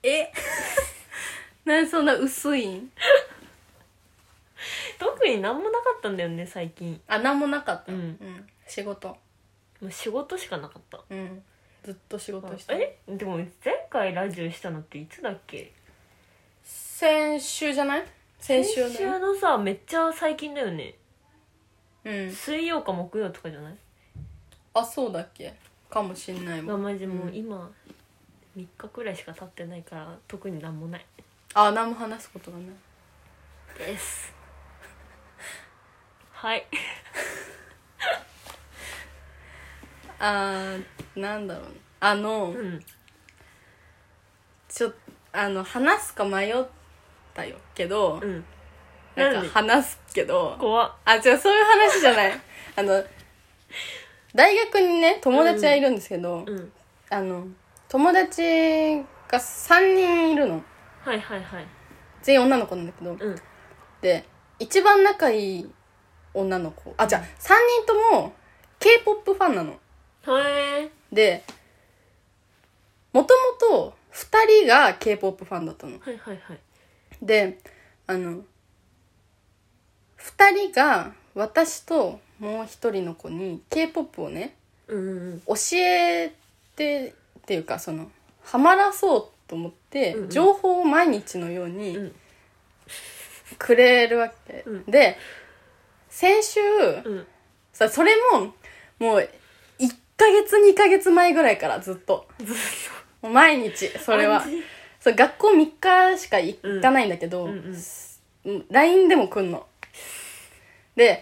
Speaker 2: え <laughs> なんでそんな薄いん
Speaker 1: 特になんもなかったんだよね最近
Speaker 2: あなんもなかった、
Speaker 1: うん
Speaker 2: 仕事
Speaker 1: もう仕事しかなかった
Speaker 2: うんずっと仕事して
Speaker 1: えでも前回ラジオしたのっていつだっけ
Speaker 2: 先週じゃない先週だよ
Speaker 1: 先週のさめっちゃ最近だよね
Speaker 2: うん
Speaker 1: 水曜か木曜とかじゃない
Speaker 2: あそうだっけかもしんないも
Speaker 1: が
Speaker 2: ん
Speaker 1: マジもう
Speaker 2: うん
Speaker 1: 今3日くらいしか経ってないから特になんもない
Speaker 2: あ何も話すことがない
Speaker 1: です <laughs> はい
Speaker 2: あーなんだろうねあの、
Speaker 1: うん
Speaker 2: ちょあの話すか迷ったよけど、
Speaker 1: うん
Speaker 2: な
Speaker 1: なん
Speaker 2: ん
Speaker 1: で
Speaker 2: か話すけど
Speaker 1: 怖っ
Speaker 2: あ違うそういう話じゃないあの大学にね友達がいるんですけど、
Speaker 1: うん
Speaker 2: あの友達が3人いるの
Speaker 1: はいはいはい
Speaker 2: 全員女の子なんだけど
Speaker 1: うん
Speaker 2: で一番仲いい女の子あじゃあ3人とも k p o p ファンなの
Speaker 1: へえ
Speaker 2: でもともと2人が k p o p ファンだったの
Speaker 1: はいはいはい
Speaker 2: であの2人が私ともう1人の子に k p o p をね
Speaker 1: うんうん
Speaker 2: 教えてっていうかそのハマらそうと思って、
Speaker 1: うんうん
Speaker 2: 情報を毎日のよう
Speaker 1: う
Speaker 2: に
Speaker 1: ん
Speaker 2: くれるわけ、
Speaker 1: うん
Speaker 2: で先週、
Speaker 1: うん
Speaker 2: さそれももう1ヶ月2ヶ月前ぐらいからずっと
Speaker 1: ずっ
Speaker 2: もう毎日
Speaker 1: と
Speaker 2: それは
Speaker 1: 感じ
Speaker 2: そう学校3日しか行かないんだけど、
Speaker 1: うんうんうん
Speaker 2: うん LINE でも来んので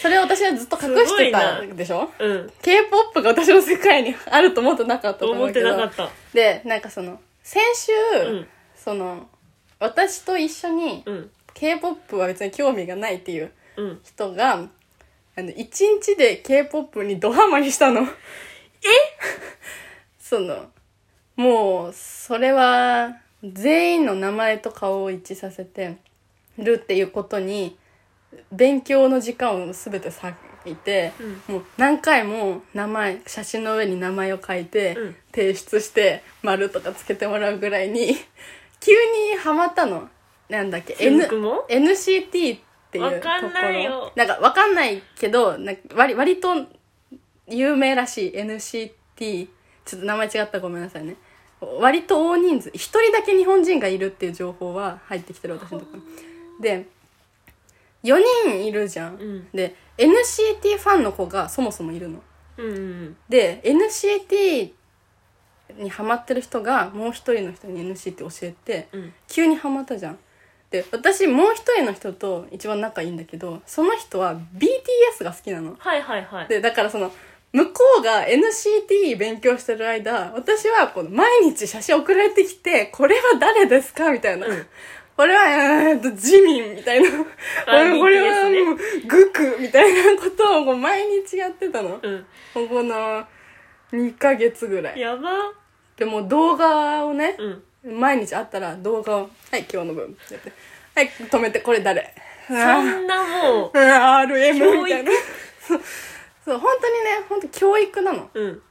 Speaker 2: それを私はずっと隠してた
Speaker 1: すごい
Speaker 2: でしょ
Speaker 1: うん
Speaker 2: k p o p が私の世界にあると思ってなかったと思
Speaker 1: 思っ
Speaker 2: うけ
Speaker 1: て
Speaker 2: ど
Speaker 1: なかった
Speaker 2: でなんかその先週、
Speaker 1: うん
Speaker 2: その私と一緒に
Speaker 1: うん
Speaker 2: k p o p は別に興味がないっていう
Speaker 1: うん
Speaker 2: 人があの1日で k p o p にドハマりしたのえ <laughs> そのもうそれは全員の名前と顔を一致させてるっていうことに勉強の時間を全て割いて、もう何回も名前写真の上に名前を書いて、
Speaker 1: うん
Speaker 2: 提出して丸とかつけてもらうぐらいに <laughs> 急にハマったのなんだっけ
Speaker 1: シンクも
Speaker 2: NCT っていう
Speaker 1: わ
Speaker 2: とこ
Speaker 1: かんないよ
Speaker 2: ろなんかわかんないけどなんか割割と有名らしい NCT ちょっと名前違ったらごめんなさいね割と大人数一人だけ日本人がいるっていう情報は入ってきてる私のところにで4人いるじゃ
Speaker 1: う
Speaker 2: ん、
Speaker 1: ん
Speaker 2: で NCT ファンの子がそもそもいるの
Speaker 1: うんうん
Speaker 2: で NCT にハマってる人がもう一人の人に NCT 教えて、
Speaker 1: うん
Speaker 2: 急にハマったじゃんで私もう一人の人と一番仲いいんだけどその人は BTS が好きなの
Speaker 1: はいはいはい
Speaker 2: でだからその向こうが NCT 勉強してる間私はこの毎日写真送られてきてこれは誰ですかみたいな、
Speaker 1: うん
Speaker 2: これはえーっとジミンみたいな俺これは
Speaker 1: BTS ね
Speaker 2: もうグクみたいなことをこう毎日やってたの、
Speaker 1: うん
Speaker 2: この2ヶ月ぐらい
Speaker 1: やば
Speaker 2: でもう動画をね、
Speaker 1: うん
Speaker 2: 毎日会ったら動画を「はい今日の分」やって「はい止めてこれ誰?」
Speaker 1: そんなもう
Speaker 2: うん RM
Speaker 1: 教育
Speaker 2: みたいなそうそう本当にね本当教育なの
Speaker 1: うん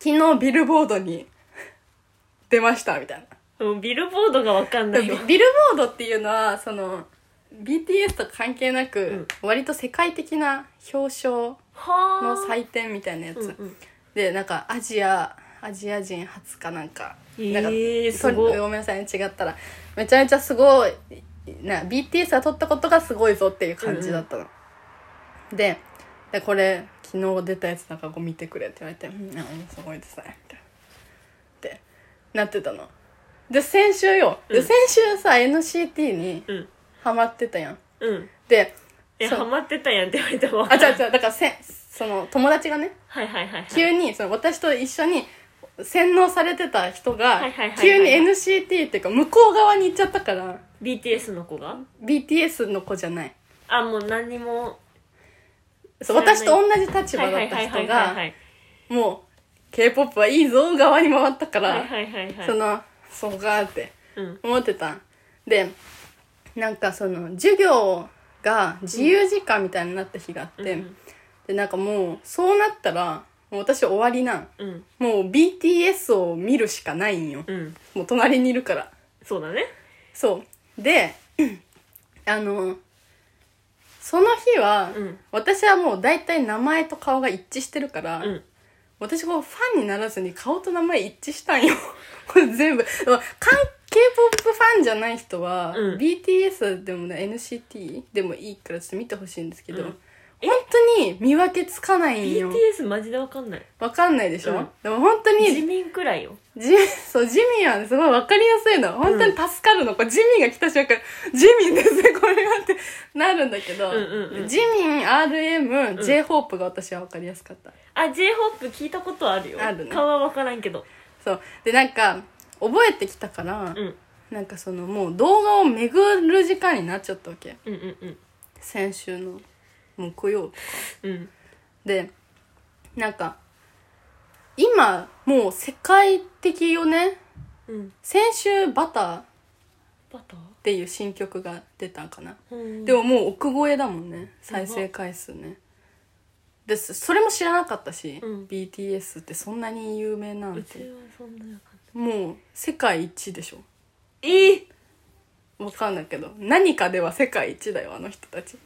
Speaker 2: 昨日ビルボードに出ましたみたい
Speaker 1: もうビルボードがわかん
Speaker 2: な
Speaker 1: な
Speaker 2: ビ
Speaker 1: いよ
Speaker 2: ビルボードっていうのはその BTS と関係なく、
Speaker 1: うん
Speaker 2: 割と世界的な表彰
Speaker 1: はあ
Speaker 2: の祭典みたいなやつ、
Speaker 1: うんうん
Speaker 2: でなんかアジアアジア人初かなんか,、
Speaker 1: えー
Speaker 2: なんか
Speaker 1: すごっ
Speaker 2: とごめんなさいね違ったらめちゃめちゃすごいな BTS が撮ったことがすごいぞっていう感じだったの、ででこれ昨日出たやつなんかこう見てくれって言われて「うん、あすごいですね」みたいなってなってたので先週よ、
Speaker 1: う
Speaker 2: で
Speaker 1: ん
Speaker 2: 先週さ NCT に
Speaker 1: うん
Speaker 2: ハマってたやん
Speaker 1: うん
Speaker 2: で
Speaker 1: え
Speaker 2: そう
Speaker 1: ハマってたやんって言われても
Speaker 2: あ違う違うだからせんその友達がね
Speaker 1: はいはいはいはい
Speaker 2: 急にその私と一緒に洗脳されてた人が
Speaker 1: はいはいはいはい
Speaker 2: 急に NCT っていうか向こう側に行っちゃったから
Speaker 1: BTS の子が
Speaker 2: BTS の子じゃない
Speaker 1: あもう何にも
Speaker 2: そう
Speaker 1: 知らない
Speaker 2: 私と同じ立場だった人がもう k p o p はいいぞ側に回ったか
Speaker 1: はい
Speaker 2: ら
Speaker 1: はいはいはいはいはいはいはい
Speaker 2: そのそうかーって
Speaker 1: うん
Speaker 2: 思ってたでなんかその授業が自由時間みたいになった日があって、
Speaker 1: うん
Speaker 2: でなんかもうそうなったらもう私終わりなん
Speaker 1: うん
Speaker 2: もう BTS を見るしかないんよ
Speaker 1: うん
Speaker 2: もう隣にいるから
Speaker 1: そうだね
Speaker 2: そうで <clears throat> あのその日は、
Speaker 1: うん
Speaker 2: 私はもう大体名前と顔が一致してるから、
Speaker 1: うん
Speaker 2: 私こうファンにならずに顔と名前一致したんよ <laughs> これ全部でも関 k p o p ファンじゃない人は、
Speaker 1: うん
Speaker 2: BTS でも、ね、NCT でもいいからちょっと見てほしいんですけど、
Speaker 1: うん
Speaker 2: 本当に見分けつかないんよ
Speaker 1: BTS マジでわかんない
Speaker 2: わかんないでしょ、
Speaker 1: うん
Speaker 2: でも本当
Speaker 1: ジ
Speaker 2: に
Speaker 1: ミンくらいよ
Speaker 2: ジミそうジミーはねすごいわかりやすいの本当に助かるの、こうジミーが来た瞬間ジミーですね <laughs> これがってなるんだけど、
Speaker 1: うんうんうん
Speaker 2: ジミー RM、
Speaker 1: ん
Speaker 2: j ホー p が私はわかりやすかった
Speaker 1: あ j ホップ聞いたことあるよ
Speaker 2: あるね
Speaker 1: 顔はわからんけど
Speaker 2: そうでなんか覚えてきたから、
Speaker 1: うん
Speaker 2: なんかそのもう動画を巡る時間になっちゃったわけ
Speaker 1: うんうんうん
Speaker 2: 先週の木曜
Speaker 1: うん
Speaker 2: でなんか今もう世界的よね
Speaker 1: うん
Speaker 2: 先週「バター」っ
Speaker 1: バター
Speaker 2: ていう新曲が出たんかな
Speaker 1: うん
Speaker 2: でももう億超えだもんね再生回数ねですそれも知らなかったし、
Speaker 1: うん
Speaker 2: BTS ってそんなに有名なん
Speaker 1: うち
Speaker 2: て
Speaker 1: はそんな感
Speaker 2: もう世界一でしょ
Speaker 1: じえー
Speaker 2: わかんないけど何かでは世界一だよあの人たち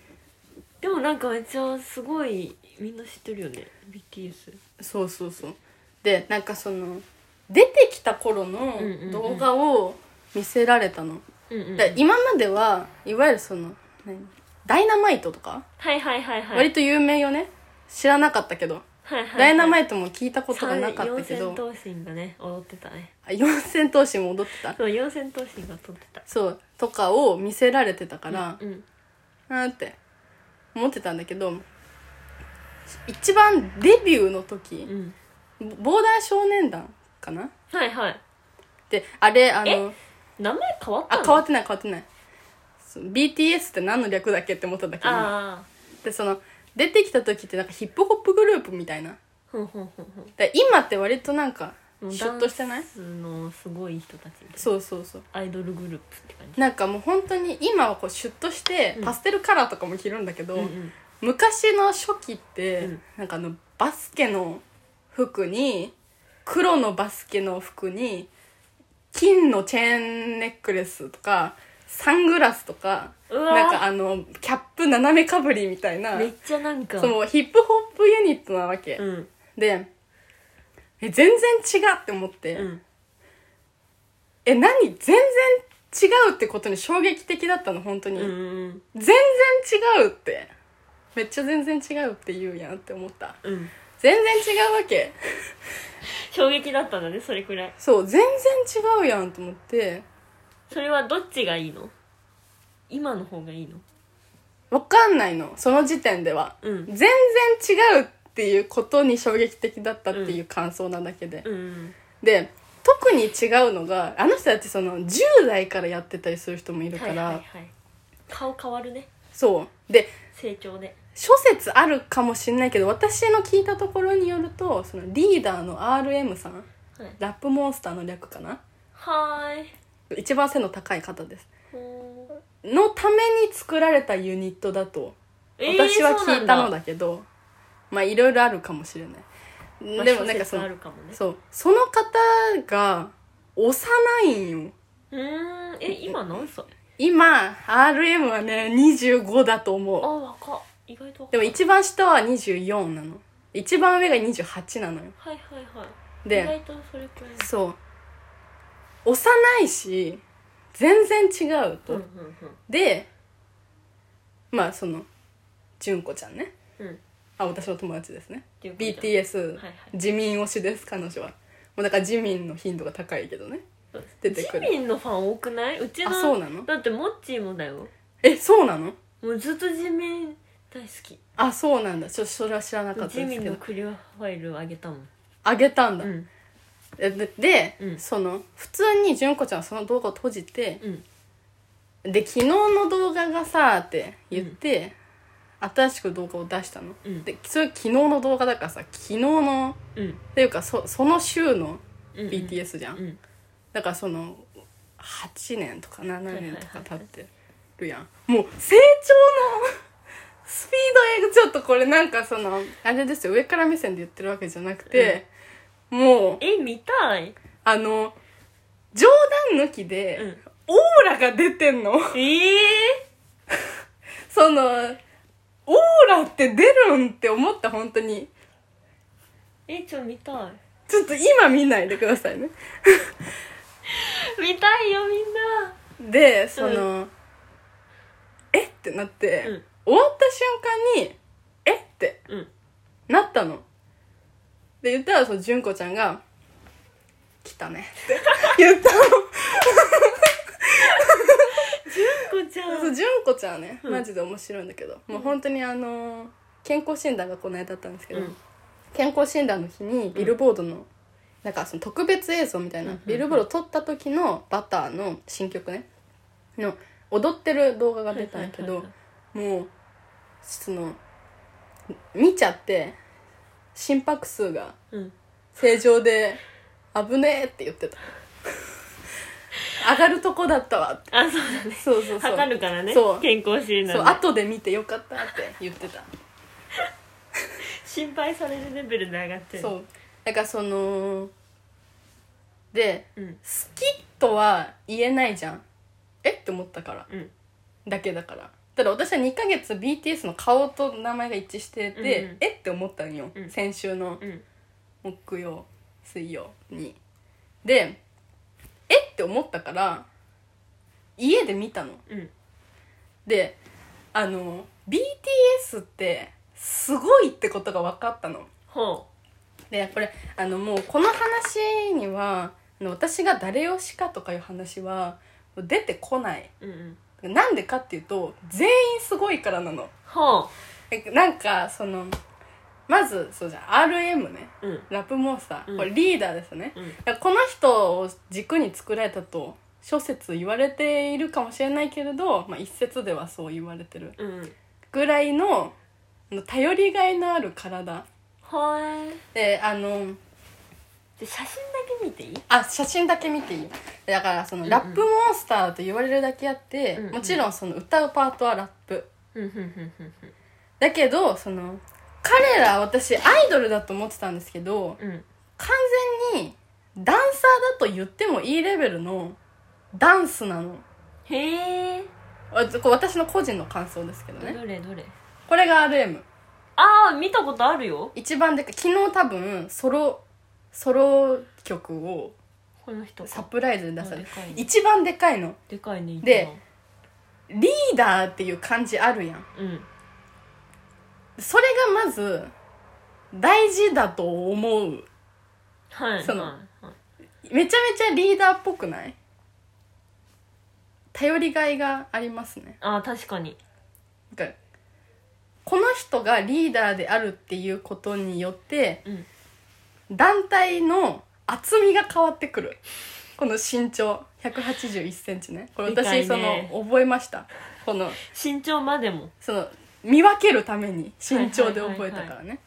Speaker 1: でもなんかめっちゃすごいみんな知ってるよね BTS
Speaker 2: そうそうそうでなんかその出てきた頃の
Speaker 1: うんうんうん
Speaker 2: 動画を見せられたの、
Speaker 1: うんうんうん
Speaker 2: で今まではいわゆるその何ダイナマイトとか、
Speaker 1: はいはいはいはい
Speaker 2: 割と有名よね知らなかったけど、
Speaker 1: はいはいはい
Speaker 2: ダイナマイトも聞いたことがなかったけ
Speaker 1: 三四
Speaker 2: ど
Speaker 1: 千頭身がね踊ってたね
Speaker 2: あ四千頭身も踊ってた
Speaker 1: そう四千頭身が踊ってた
Speaker 2: そうとかを見せられてたから、
Speaker 1: うんうん
Speaker 2: あーって思ってたんだけど一番デビューの時、
Speaker 1: うん
Speaker 2: 防弾少年団かな
Speaker 1: はいはい
Speaker 2: であれあの
Speaker 1: 名前変わったの
Speaker 2: あ変わってない変わってないそう BTS って何の略だっけって思ったんだけど
Speaker 1: ああ
Speaker 2: でその出てきた時ってなんかヒップホップグループみたいな
Speaker 1: ふんふんふんふん
Speaker 2: で今って割となんか
Speaker 1: もう
Speaker 2: シュッとしてない
Speaker 1: ダンスのすごい人たちみたい
Speaker 2: そうそうそう
Speaker 1: なアイドルグループって感じ
Speaker 2: なんかもう本当に今はこうシュッとして
Speaker 1: うん
Speaker 2: パステルカラーとかも着るんだけど、
Speaker 1: うんうん
Speaker 2: 昔の初期って、
Speaker 1: うん
Speaker 2: なんかあのバスケの服に黒のバスケの服に金のチェーンネックレスとかサングラスとか
Speaker 1: うわ
Speaker 2: なんかあのキャップ斜めかぶりみたいな
Speaker 1: めっちゃなんか
Speaker 2: そのヒップホップユニットなわけ、
Speaker 1: うん
Speaker 2: でえ全然違うって思って、
Speaker 1: うん
Speaker 2: え何全然違うってことに衝撃的だったの本当
Speaker 1: う
Speaker 2: に、
Speaker 1: んうん
Speaker 2: 全然違うってめっちゃ全然違うって言うやんって思った
Speaker 1: うん
Speaker 2: 全然違うわけ
Speaker 1: 衝撃だったんだねそれくらい
Speaker 2: そう全然違うやんと思って
Speaker 1: それはどっちがいいの今の方がいいの
Speaker 2: わかんないのその時点では、
Speaker 1: うん
Speaker 2: 全然違うっていうことに衝撃的だったっていう感想なだけで、
Speaker 1: うんうん
Speaker 2: で特に違うのがあの人たちその10代からやってたりする人もいるから、
Speaker 1: はいはいはい、顔変わるね
Speaker 2: そうで
Speaker 1: 成長で
Speaker 2: 諸説あるかもしれないけど私の聞いたところによるとそのリーダーの RM さん
Speaker 1: はい
Speaker 2: ラップモンスターの略かな
Speaker 1: はーい
Speaker 2: 一番背の高い方です
Speaker 1: うーん
Speaker 2: のために作られたユニットだと
Speaker 1: えー
Speaker 2: 私は聞いた
Speaker 1: そ
Speaker 2: の
Speaker 1: うなん
Speaker 2: だけど、まあいろいろあるかもしれない、
Speaker 1: まあ
Speaker 2: でもなん
Speaker 1: 諸
Speaker 2: かそ
Speaker 1: 説あ
Speaker 2: の
Speaker 1: るかもね
Speaker 2: そうその方が幼いんよ
Speaker 1: うーんえ今何歳
Speaker 2: 今 RM はね25だと
Speaker 1: あ
Speaker 2: 思う
Speaker 1: 若っ意外と若
Speaker 2: で
Speaker 1: い
Speaker 2: も一番下は24なの一番上が28なのよ
Speaker 1: はいはいはい意
Speaker 2: で
Speaker 1: 外とそれくらい
Speaker 2: そう幼いし全然違う
Speaker 1: う
Speaker 2: と、
Speaker 1: んうん
Speaker 2: でまあその純子ちゃんね
Speaker 1: うんうん
Speaker 2: あ私の友達ですね
Speaker 1: 純子ちゃん
Speaker 2: BTS、
Speaker 1: はいはい
Speaker 2: 自民推しです彼女はもうだから自民の頻度が高いけどね
Speaker 1: そう
Speaker 2: 出てくる
Speaker 1: ジミンのファン多くないうちの
Speaker 2: あそうなの
Speaker 1: だってモッチーもだよ
Speaker 2: えそうなの
Speaker 1: もうずっとジミン大好き
Speaker 2: あそうなんだちょっとそれは知らなかった
Speaker 1: ジ
Speaker 2: で
Speaker 1: ミ
Speaker 2: す
Speaker 1: ン
Speaker 2: け
Speaker 1: の
Speaker 2: ど
Speaker 1: クリアファイルあげたもん
Speaker 2: あげたん
Speaker 1: う
Speaker 2: だ、
Speaker 1: ん
Speaker 2: えでで、
Speaker 1: うん
Speaker 2: その普通に純子ちゃんはその動画を閉じて
Speaker 1: うん
Speaker 2: で昨日の動画がさーって言って、新しく動画を出したの、
Speaker 1: うん
Speaker 2: でそれ昨日の動画だからさ昨日の
Speaker 1: うん
Speaker 2: っていうかそその週の
Speaker 1: うん
Speaker 2: BTS じゃん、
Speaker 1: うん
Speaker 2: だからその8年とか7年とか
Speaker 1: はいはい
Speaker 2: 経
Speaker 1: はい
Speaker 2: ってるやん、もう成長のスピードやちょっとこれなんかそのあれですよ上から目線で言ってるわけじゃなくて、もう
Speaker 1: え見たい
Speaker 2: あの冗談抜きで、
Speaker 1: うん
Speaker 2: オーラが出てんの <laughs>
Speaker 1: ええ
Speaker 2: そのオーラって出るんって思った本当に
Speaker 1: えちょ見たい
Speaker 2: ちょっと今見ないでくださいね
Speaker 1: 見たいよみんな
Speaker 2: でその、えってなって、
Speaker 1: うん
Speaker 2: 終わった瞬間にえって
Speaker 1: うん
Speaker 2: なったので言ったらその純子ちゃんが「来たね」って
Speaker 1: <laughs>
Speaker 2: 言った
Speaker 1: こちゃ
Speaker 2: <laughs> そうん純子ちゃんはね
Speaker 1: うん
Speaker 2: マジで面白いんだけど、もう本当にあのー健康診断がこの間だったんですけど、
Speaker 1: うん
Speaker 2: 健康診断の日にビルボードの、なんかその特別映像みたいな、
Speaker 1: うんうんうん
Speaker 2: ビルボード撮った時のバターの新曲ねの踊ってる動画が出たんやけど、
Speaker 1: はいはい
Speaker 2: もうその見ちゃって心拍数が
Speaker 1: うん
Speaker 2: 正常で「危ねえ」って言っ
Speaker 1: <laughs>
Speaker 2: てた上がるとこだったわって
Speaker 1: あそうだね
Speaker 2: そうそうそう
Speaker 1: 測るからね
Speaker 2: そう
Speaker 1: 健康診
Speaker 2: そ
Speaker 1: 断
Speaker 2: う
Speaker 1: で
Speaker 2: 後で見てよかったって言っ
Speaker 1: <laughs>
Speaker 2: てた
Speaker 1: 心配されるレベルで上がってる
Speaker 2: そうだからそので
Speaker 1: うん
Speaker 2: 好きとは言えないじゃんえって思ったから
Speaker 1: うん
Speaker 2: だけだからただ私は2ヶ月 BTS の顔と名前が一致してて、
Speaker 1: うんうん
Speaker 2: えって思ったんよ、
Speaker 1: うん
Speaker 2: 先週の
Speaker 1: うん
Speaker 2: 木曜水曜にでえって思ったから家で見たの
Speaker 1: うん
Speaker 2: であの BTS ってすごいってことが分かったの
Speaker 1: ほ
Speaker 2: でこれあのもうこの話にはあの私が誰推しかとかいう話は出てこないう
Speaker 1: うんうん
Speaker 2: なんでかっていうと全員すごいからなの
Speaker 1: ほ
Speaker 2: えなんかそのまずそうじゃん RM ね
Speaker 1: ううん
Speaker 2: ラップモンスタ
Speaker 1: う
Speaker 2: ー
Speaker 1: ん
Speaker 2: これリーダーですね、
Speaker 1: うん
Speaker 2: だからこの人を軸に作られたと諸説言われているかもしれないけれど、まあ、一説ではそう言われてる
Speaker 1: うん
Speaker 2: ぐらいのあの頼りがいのある体
Speaker 1: ほえ
Speaker 2: であの
Speaker 1: じゃ写真だけ見ていい
Speaker 2: あ写真だけ見ていいだからその
Speaker 1: ん
Speaker 2: ラップモンスターと言われるだけあって、
Speaker 1: うんうん
Speaker 2: もちろんその歌うパートはラップ
Speaker 1: うんうんうんうんうん
Speaker 2: だけどその彼ら私アイドルだと思ってたんですけど
Speaker 1: うん
Speaker 2: 完全にダンサーだと言ってもいいレベルのダンスなの
Speaker 1: へえ
Speaker 2: あこれ私の個人の感想ですけどね
Speaker 1: どれどれ
Speaker 2: これが RM
Speaker 1: ああ見たことあるよ
Speaker 2: 一番でかい昨日多分ソロソロ曲を
Speaker 1: この人
Speaker 2: サプライズで出され
Speaker 1: で
Speaker 2: る
Speaker 1: かいね
Speaker 2: 一番でかいの
Speaker 1: でかいね
Speaker 2: でリーダーっていう感じあるやん
Speaker 1: 一番うん
Speaker 2: それがまず大事だと思う
Speaker 1: はい
Speaker 2: その
Speaker 1: はいはい
Speaker 2: めちゃめちゃリーダーっぽくない頼りがいがありますね
Speaker 1: ああ確かに
Speaker 2: なんかこの人がリーダーであるっていうことによって
Speaker 1: うん
Speaker 2: 団体の厚みが変わってくるこの身長1 8 1ンチねこれ
Speaker 1: でかい
Speaker 2: 私
Speaker 1: ね
Speaker 2: その覚えましたこの
Speaker 1: 身長までも
Speaker 2: その見分けるために身長で覚えたからね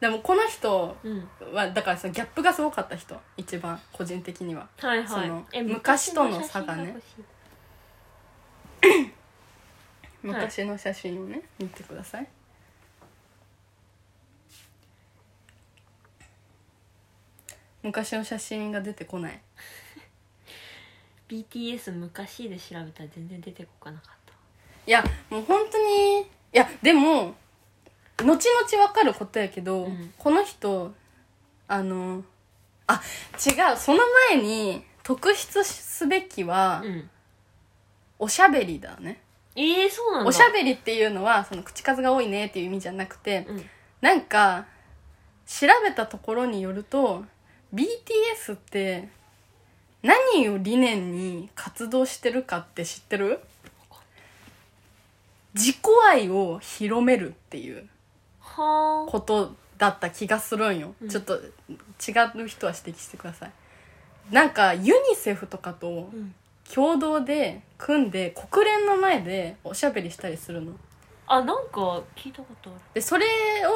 Speaker 2: でもこの人
Speaker 1: うん
Speaker 2: はだからそのギャップがすごかった人一番個人的には
Speaker 1: はいは
Speaker 2: そ
Speaker 1: い
Speaker 2: の
Speaker 1: え
Speaker 2: 昔との差がね
Speaker 1: 昔の写真い
Speaker 2: 昔の写真をね見てください昔の写真が出てこない
Speaker 1: 欲しい BTS 昔で調べたら全然出てこなかっ
Speaker 2: いやもう本当にいやでも後々わかることやけど、
Speaker 1: うん
Speaker 2: この人あのあ違うその前に特筆すべき
Speaker 1: た
Speaker 2: は、
Speaker 1: うん
Speaker 2: おしゃべりだね
Speaker 1: ええそうなんだ
Speaker 2: おしゃべりっていうのはその口数が多いねっていう意味じゃなくて、
Speaker 1: うん
Speaker 2: なんか調べたところによると BTS って何を理念に活動してるかって知ってる自己愛を広めるっていう
Speaker 1: は
Speaker 2: ことだった気がするんよ、
Speaker 1: うん
Speaker 2: ちょっと違う人は指摘してくださいなんかユニセフとかと
Speaker 1: あうん
Speaker 2: 共同で組んで国連の前でおしゃべりしたりするの
Speaker 1: あなんか聞いたことある
Speaker 2: でそれ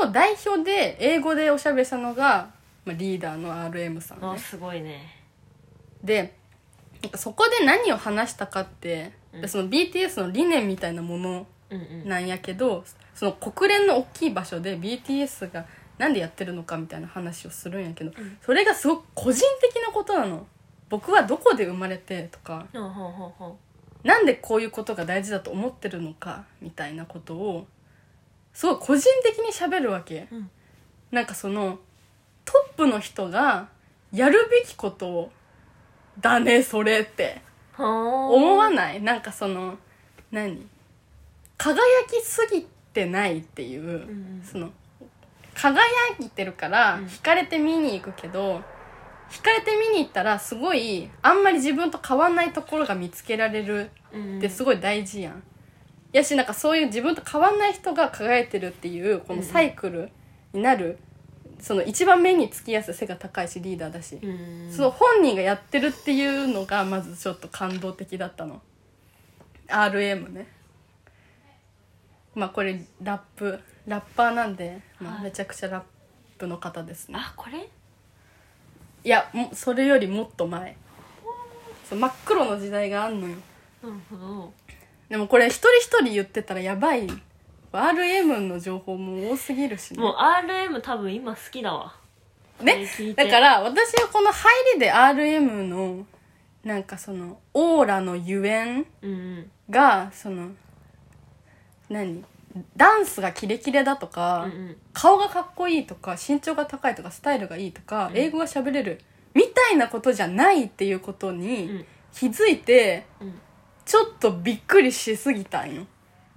Speaker 2: を代表で英語でおしゃべりしたのが、まあ、リーダーの RM さん、
Speaker 1: あ
Speaker 2: ね、
Speaker 1: すごいね
Speaker 2: でなんかそこで何を話したかって、
Speaker 1: うん
Speaker 2: その BTS の理念みたいなもの
Speaker 1: うんうん
Speaker 2: なんやけどその国連の大きい場所で BTS がなんでやってるのかみたいな話をするんやけど、
Speaker 1: ん
Speaker 2: それがすごく個人的なことなの僕はどこで生まれてとか
Speaker 1: ほうほうほうほ
Speaker 2: なんでこういうことが大事だと思ってるのかみたいなことをすごい個人的に喋るわけ、
Speaker 1: う、うん、
Speaker 2: なんかそのトップの人がやるべきことだねそれって
Speaker 1: はあ
Speaker 2: 思わないなんかその何輝きすぎてないっていう、
Speaker 1: うん
Speaker 2: その輝いてるから
Speaker 1: うん
Speaker 2: 惹かれて見に行くけど、惹かれて見に行ったらすごいあんまり自分と変わんないところが見つけられる
Speaker 1: うん
Speaker 2: ってすごい大事やん、やしなんかそういう自分と変わんない人が輝いてるっていうこのサイクルになる、その一番目につきやすい背が高いしリーダーだし、
Speaker 1: うん
Speaker 2: そう本人がやってるっていうのがまずちょっと感動的だったの RM ねまあこれラップラッパーなんで、ま
Speaker 1: は
Speaker 2: あ、
Speaker 1: い
Speaker 2: めちゃくちゃラップの方ですね、
Speaker 1: あこれ
Speaker 2: い、やもそれよりもっと前そう真っ黒の時代があんのよ
Speaker 1: なるほど
Speaker 2: でもこれ一人一人言ってたらやばい RM の情報も多すぎるしね
Speaker 1: もう RM 多分今好きだわ
Speaker 2: ね
Speaker 1: それ聞いて
Speaker 2: だから私はこの入りで RM のなんかそのオーラのゆえん
Speaker 1: うんうん
Speaker 2: がその何ダンスがキレキレだと
Speaker 1: う
Speaker 2: か、
Speaker 1: んうん
Speaker 2: 顔がかっこいいとか身長が高いとかスタイルがいいとか、
Speaker 1: うん
Speaker 2: 英語が喋れるみたいなことじゃないっていうこと
Speaker 1: う
Speaker 2: に
Speaker 1: ん
Speaker 2: 気づいて、
Speaker 1: うん
Speaker 2: ちょっとびっくりしすぎたんよ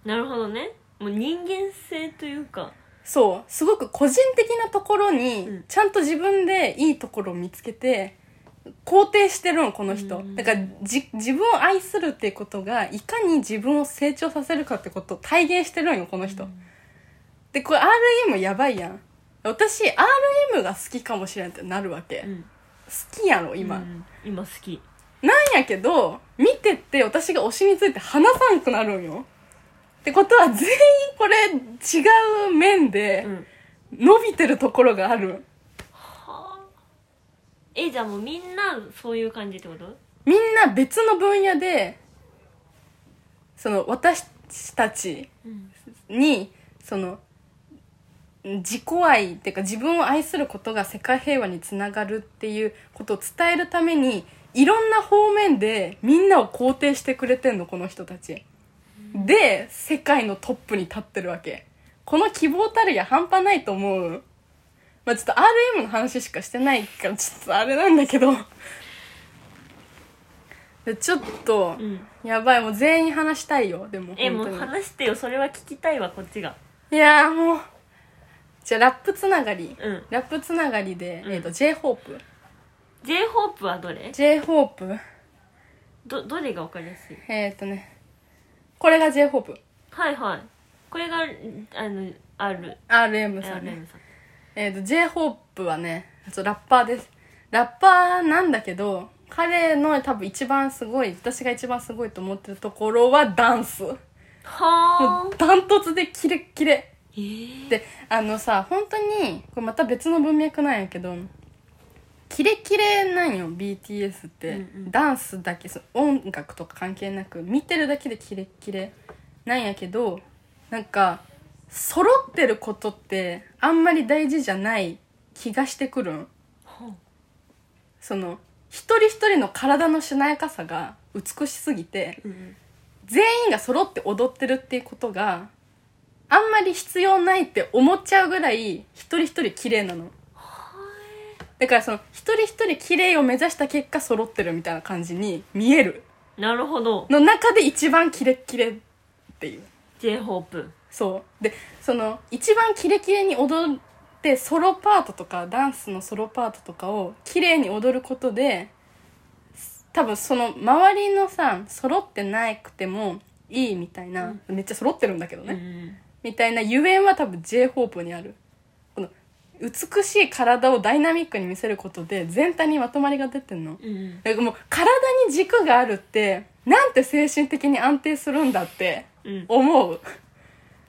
Speaker 1: なるほどねもう人間性というか
Speaker 2: そうすごく個人的なところ
Speaker 1: う
Speaker 2: に
Speaker 1: ん
Speaker 2: ちゃんと自分でいいところを見つけて肯定してるのこの人、
Speaker 1: うん
Speaker 2: だからじ自分を愛するっていうことがいかに自分を成長させるかってことを体現してるんよこの人、でこれ RM やばいやん私 RM が好きかもしれんってなるわけ、
Speaker 1: う
Speaker 2: 好
Speaker 1: ん
Speaker 2: きやろ今、
Speaker 1: うん今好き
Speaker 2: なんやけど見てって私が推しについて話さんくなるんよってことは全員これ違う面で、
Speaker 1: うん
Speaker 2: 伸びてるところがある
Speaker 1: はあえじゃあもうみんなそういう感じってこと
Speaker 2: みんな別の分野でその私たち
Speaker 1: うん
Speaker 2: にその自己愛っていうか自分を愛することが世界平和につながるっていうことを伝えるためにいろんな方面でみんなを肯定してくれてんのこの人たちで世界のトップに立ってるわけこの希望たるや半端ないと思うまあちょっと RM の話しかしてないからちょっとあれなんだけどでちょっと
Speaker 1: うん
Speaker 2: やばいもう全員話したいよでも
Speaker 1: え
Speaker 2: 本
Speaker 1: も
Speaker 2: 当
Speaker 1: う
Speaker 2: に
Speaker 1: 話してよそれは聞きたいわこっちが
Speaker 2: いやーもうじゃあラップつながり、
Speaker 1: うん
Speaker 2: ラップつながりで、
Speaker 1: うん
Speaker 2: えっ、と J−HOPE
Speaker 1: j ホープはどれ
Speaker 2: J−HOPE
Speaker 1: どどれが分かりやすい
Speaker 2: えっ、とねこれが J−HOPE
Speaker 1: はいはいこれがあの R
Speaker 2: RM さんね、
Speaker 1: RM さん
Speaker 2: えっ、と J−HOPE はねちょっとラッパーですラッパーなんだけど彼の多分一番すごい私が一番すごいと思ってるところはダンスも
Speaker 1: はあ
Speaker 2: <laughs> うダントツでキレッキレ
Speaker 1: えー、
Speaker 2: であのさ本当にこれまた別の文脈なんやけどキレキレなんよ BTS って、
Speaker 1: うんうん
Speaker 2: ダンスだけその音楽とか関係なく見てるだけでキレキレなんやけどなんか揃ってることってあんまり大事じゃない気がしてくるん
Speaker 1: ほう
Speaker 2: その一人一人の体のしなやかさが美しすぎて
Speaker 1: うん
Speaker 2: 全員が揃って踊ってるっていうことがあんまり必要ないって思っちゃうぐらい一人一人綺麗なのだからその一人一人綺麗を目指した結果揃ってるみたいな感じに見える
Speaker 1: なるほど
Speaker 2: の中で一番キレッキレっていう
Speaker 1: j ホープ
Speaker 2: そうでその一番キレキレに踊ってソロパートとかダンスのソロパートとかを綺麗に踊ることで多分その周りのさ揃ってなくてもいいみたいな、めっちゃ揃ってるんだけどね、
Speaker 1: うん
Speaker 2: みたいなゆえんは多分 j ホープにあるこの美しい体をダイナミックに見せることで全体にまとまりが出てんの、
Speaker 1: うん
Speaker 2: だからもう体に軸があるってなんて精神的に安定するんだって
Speaker 1: うん
Speaker 2: 思う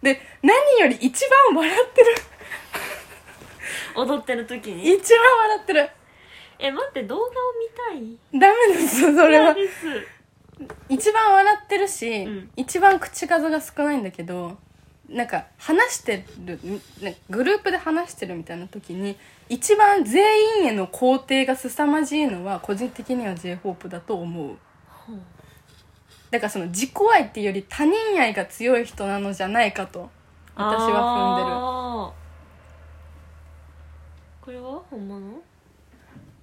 Speaker 2: で何より一番笑ってる
Speaker 1: 踊ってる時に
Speaker 2: 一番笑ってる
Speaker 1: え待って動画を見たい
Speaker 2: ダメです
Speaker 1: <laughs>
Speaker 2: よそれ
Speaker 1: 嫌
Speaker 2: は
Speaker 1: です
Speaker 2: 一番笑ってるし、
Speaker 1: うん
Speaker 2: 一番口数が少ないんだけどなんか話してるなんかグループで話してるみたいな時に一番全員への肯定が凄まじいのは個人的には j ホープだと思う
Speaker 1: ほう
Speaker 2: だからその自己愛っていうより他人愛が強い人なのじゃないかと私は踏んでる
Speaker 1: あーこれは本物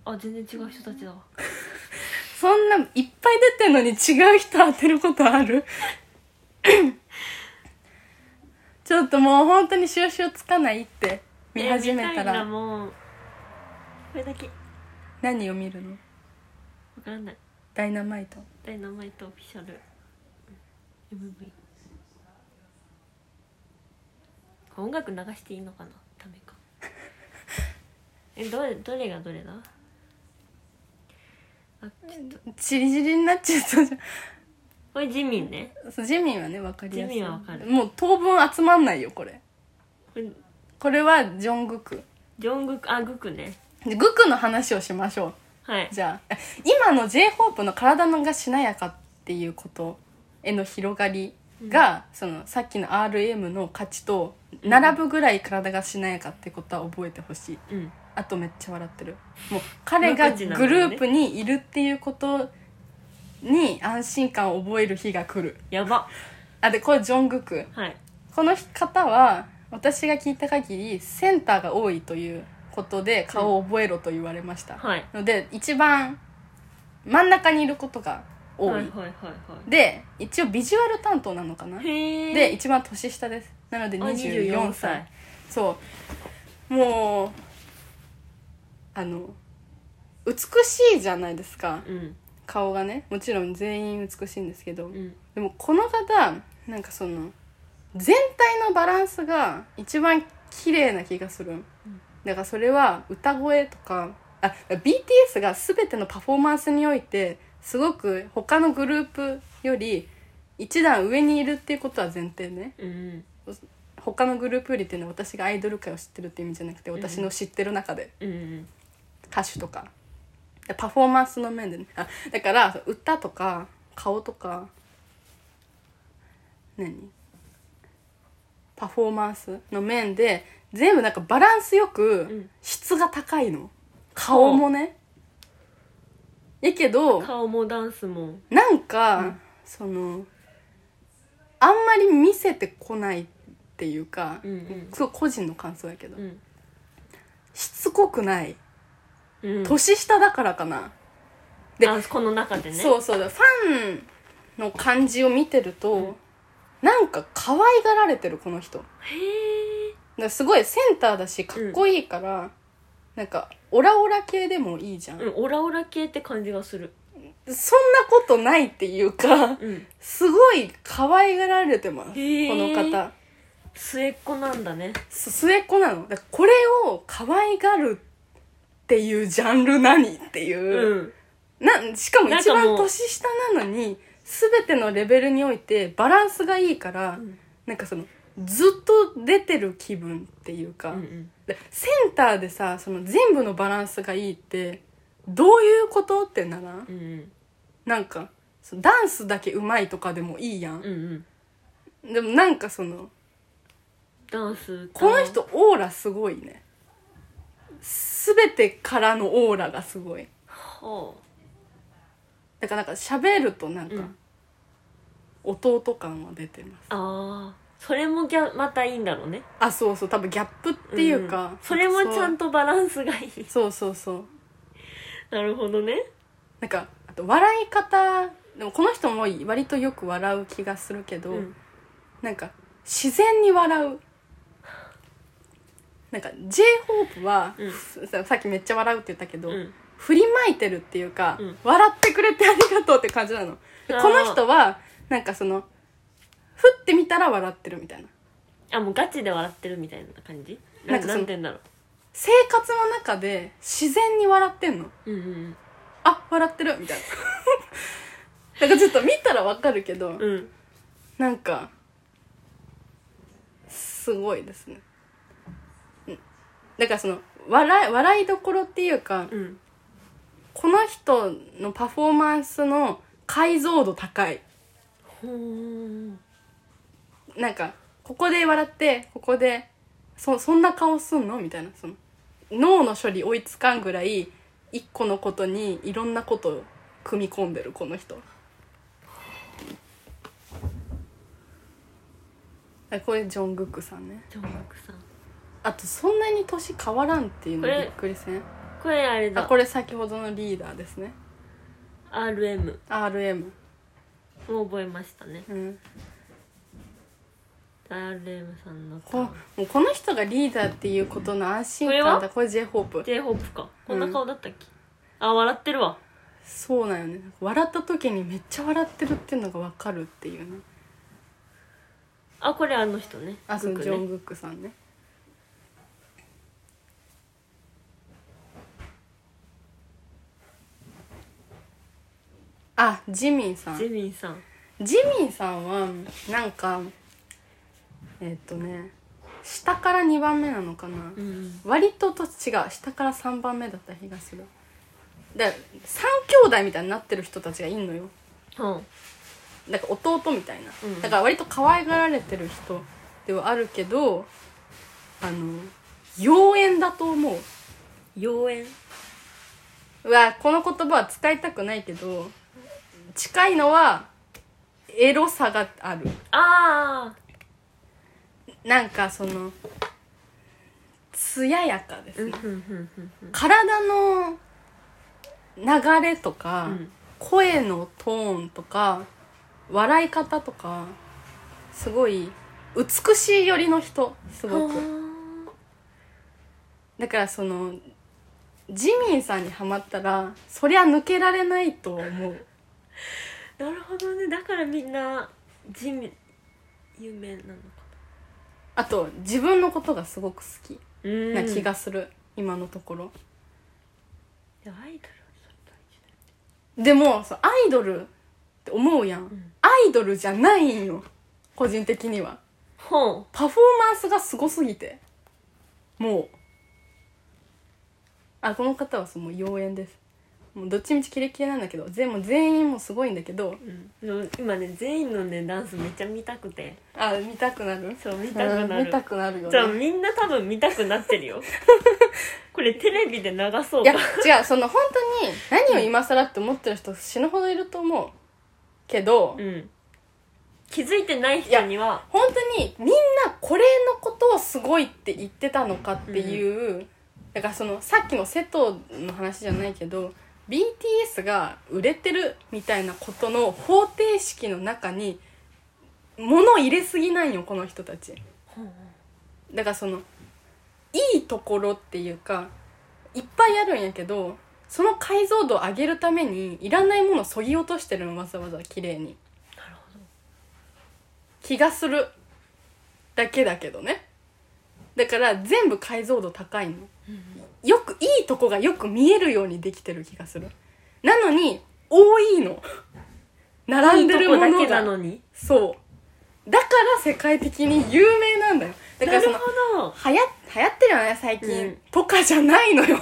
Speaker 1: あ全然違う人たちだわ
Speaker 2: そんないっぱい出てんのに違う人当てることある <coughs> ちょっともう本当に収集つかないって見始めた
Speaker 1: え見いんだ
Speaker 2: ら
Speaker 1: もんこれだけわ
Speaker 2: 何を見るの
Speaker 1: からない
Speaker 2: ダイナマイト
Speaker 1: ダイナマイトオフィシャルうん MV 音楽流していいのかなダメかえどれどれがどれだ
Speaker 2: チリチリになっちゃったじ
Speaker 1: これジミンね
Speaker 2: ゃんそうジミンはね分かりやすい
Speaker 1: ジミンは分かる
Speaker 2: もう当分集まんないよこれ
Speaker 1: これ
Speaker 2: これはジョングク
Speaker 1: ジョングクあグクね
Speaker 2: でグクの話をしましょ
Speaker 1: はいう
Speaker 2: じゃあ今の j ホープの体のがしなやかっていうことへの広がりが、そのさっきの RM の価値と並ぶぐらい体がしなやかってことは覚えてほしい
Speaker 1: うん
Speaker 2: あとめっちゃ笑ってるもう彼がグループにいるっていうことに安心感を覚える日が来る
Speaker 1: やば
Speaker 2: あでこれジョングク
Speaker 1: はい
Speaker 2: この方は私が聞いた限りセンターが多いということで顔を覚えろと言われました、
Speaker 1: はい
Speaker 2: ので一番真ん中にいることが多い、
Speaker 1: はいはいはいは
Speaker 2: で一応ビジュアル担当なのかない
Speaker 1: へえ
Speaker 2: で一番年下ですなので
Speaker 1: あ
Speaker 2: 24歳そうもうあの美しいじゃないですか
Speaker 1: うん
Speaker 2: 顔がねもちろん全員美しいんですけど、
Speaker 1: うん
Speaker 2: でもこの方なんかその全体のバランスが一番綺麗な気がする、だからそれは歌声とかあ BTS が全てのパフォーマンスにおいてすごく他のグループより一段上にいるっていうことは前提ね
Speaker 1: うん
Speaker 2: 他のグループよりっていうのは私がアイドル界を知ってるって意味じゃなくて私の知ってる中で
Speaker 1: うんうん
Speaker 2: 歌手とかでパフォーマンスの面でねあだから歌とか顔とか何パフォーマンスの面で全部なんかバランスよく
Speaker 1: ん
Speaker 2: 質が高いの顔もねやけど
Speaker 1: 顔もダンスも
Speaker 2: なんか、そのあんまり見せてこないっていうか、
Speaker 1: うんうん
Speaker 2: そう個人の感想やけど、
Speaker 1: うん
Speaker 2: しつこくない
Speaker 1: うん
Speaker 2: 年下だからかな、で
Speaker 1: あこの中でね
Speaker 2: そうそうだファンの感じを見てると、なんか可愛がられてるこの人だか
Speaker 1: へえ
Speaker 2: らすごいセンターだしかっこいいから、なんかオラオラ系でもいいじゃん、
Speaker 1: うんオラオラ系って感じがする
Speaker 2: そんなことないっていうか
Speaker 1: うん
Speaker 2: すごい可愛がられてますこ
Speaker 1: へ
Speaker 2: の
Speaker 1: ー
Speaker 2: 方
Speaker 1: 末っ子なんだね
Speaker 2: す末っ子なのだからこれを可愛がるっていうジャンル何っていうう、
Speaker 1: ん
Speaker 2: なしかも一
Speaker 1: なんか
Speaker 2: 番
Speaker 1: もう
Speaker 2: 年下なのに全てのレベルにおいてバランスがいいから、
Speaker 1: ん
Speaker 2: なんかそのずっと出てる気分っていう
Speaker 1: う
Speaker 2: か、
Speaker 1: んうん
Speaker 2: でセンターでさその全部のバランスがいいってどういうことってならん、
Speaker 1: うんうん
Speaker 2: なんかそのダンスだけうまいとかでもいいや
Speaker 1: う、
Speaker 2: ん
Speaker 1: んうん
Speaker 2: でもなんかその
Speaker 1: ダンス
Speaker 2: この人オーラすごいね全てからのオーラがすごい
Speaker 1: ほ
Speaker 2: だからなんか喋るとなんか、
Speaker 1: うん
Speaker 2: 弟感は出てます
Speaker 1: うああそれもギャまたいいんだろうね
Speaker 2: あそうそう多分ギャップっていうか、
Speaker 1: んそれもちゃんとバランスがい <laughs> い
Speaker 2: そうそうそうそう
Speaker 1: なるほどね
Speaker 2: なんかあと笑い方でもこの人も割とよく笑う気がするけど、
Speaker 1: うん
Speaker 2: なんか自然に笑うなんか j ホープは、
Speaker 1: うん
Speaker 2: ふささっきめっちゃ笑うって言ったけど、
Speaker 1: うん
Speaker 2: 振りまいてるっていうか、
Speaker 1: うん
Speaker 2: 笑ってくれてありがとうって感じなので
Speaker 1: あー
Speaker 2: この人はなんかその振ってみたら笑ってるみたいな
Speaker 1: あもうガチで笑ってるみたいな感じな
Speaker 2: なんん
Speaker 1: か
Speaker 2: かその
Speaker 1: なんて言うんだろ
Speaker 2: 生活の中で自然に笑ってんの
Speaker 1: ううんうん
Speaker 2: あ笑ってるみたいな <laughs> なんかちょっと見たらわかるけど、
Speaker 1: うんうん
Speaker 2: なんかすごいですねうんだからその笑い笑いどころっていうか
Speaker 1: うん
Speaker 2: この人のパフォーマンスの解像度高い
Speaker 1: ほー
Speaker 2: なんかここで笑ってここでそそんな顔すんのみたいなその脳の処理追いつかんぐらい一個のことにいろんなことを組み込んでるこの人あこれジョングクさんね
Speaker 1: ジョングクさん
Speaker 2: あとそんなに年変わらんっていうの
Speaker 1: これ
Speaker 2: びっくりせん
Speaker 1: これあれ
Speaker 2: あ
Speaker 1: だ
Speaker 2: これ先ほどのリーダーですね
Speaker 1: RM
Speaker 2: RM
Speaker 1: もう覚えましたね
Speaker 2: うん
Speaker 1: RM さんの
Speaker 2: こもうこの人がリーダーっていうことの安心
Speaker 1: これ
Speaker 2: 感
Speaker 1: は
Speaker 2: だこれ j ホープ
Speaker 1: j ホープかこんな顔だったっけ、あ笑ってるわ
Speaker 2: そうなんよね笑った時にめっちゃ笑ってるっていうのが分かるっていうね
Speaker 1: あこれあの人ね
Speaker 2: あその
Speaker 1: グ
Speaker 2: ジ
Speaker 1: ク
Speaker 2: ョ
Speaker 1: ね
Speaker 2: ン・グックさんねあジミンさん
Speaker 1: ジェミンさん
Speaker 2: ジミンさんはなんかえーっとね下から2番目なのかな、
Speaker 1: うん
Speaker 2: 割とと違う下から3番目だった気がするだ3兄弟みたいになってる人たちがいんのよ
Speaker 1: は
Speaker 2: だから弟みたいな、
Speaker 1: うん
Speaker 2: だから割と可愛がられてる人ではあるけどあの妖艶だと思う
Speaker 1: 妖艶
Speaker 2: うわこの言葉は使いたくないけど近いのはエロさがある
Speaker 1: ああ
Speaker 2: なんかその艶やかです
Speaker 1: うん
Speaker 2: ね、
Speaker 1: ふんふんふんふん
Speaker 2: 体の流れとか、
Speaker 1: うん
Speaker 2: 声のトーンとか笑い方とかすごい美しい寄りの人すごく
Speaker 1: は
Speaker 2: だからそのジミンさんにはまったらそりゃ抜けられないと思う
Speaker 1: あなるほどねだからみんなジミ有名なのか
Speaker 2: あと自分のことがすごく好き
Speaker 1: うん
Speaker 2: な気がする、今のところ
Speaker 1: いやアイドルはそれ大事だよ
Speaker 2: でもそうアイドルって思うやん、
Speaker 1: ん
Speaker 2: アイドルじゃないんよ個人的には
Speaker 1: ほう
Speaker 2: パフォーマンスがすごすぎてもうあこの方はその妖艶ですもうどっちみちキレッキレなんだけど全もう全員もすごいんだけど
Speaker 1: うん、今ね全員のねダンスめっちゃ見たくて
Speaker 2: あ見たくなる
Speaker 1: そう見たくな
Speaker 2: うん
Speaker 1: る
Speaker 2: 見たくなるよ
Speaker 1: じゃあ
Speaker 2: ね
Speaker 1: みんな多分見たくなってる
Speaker 2: <laughs>
Speaker 1: よこれテレビで流そう
Speaker 2: いや違うその本当に何を今更って思ってる人死ぬほどいると思うけど、
Speaker 1: うん気づいてない人には
Speaker 2: 本当にみんなこれのことをすごいって言ってたのかっていう、だからそのさっきの瀬戸の話じゃないけど BTS が売れてるみたいなことの方程式の中に物を入れすぎないよこの人たちだからそのいいところっていうかいっぱいあるんやけどその解像度を上げるためにいらないものをそぎ落としてるのわざわざ綺麗に
Speaker 1: なるほど
Speaker 2: 気がするだけだけどねだから全部解像度高いのよくいいとこがよく見えるようにできてる気がするなのに多い
Speaker 1: <laughs>
Speaker 2: の並んでるものが
Speaker 1: いいとこだけなのに
Speaker 2: そうだから世界的に有名なんだよだか
Speaker 1: な
Speaker 2: らそ
Speaker 1: る
Speaker 2: の
Speaker 1: ほ
Speaker 2: 流行流行ってるよね最近、
Speaker 1: うん
Speaker 2: とかじゃないのよ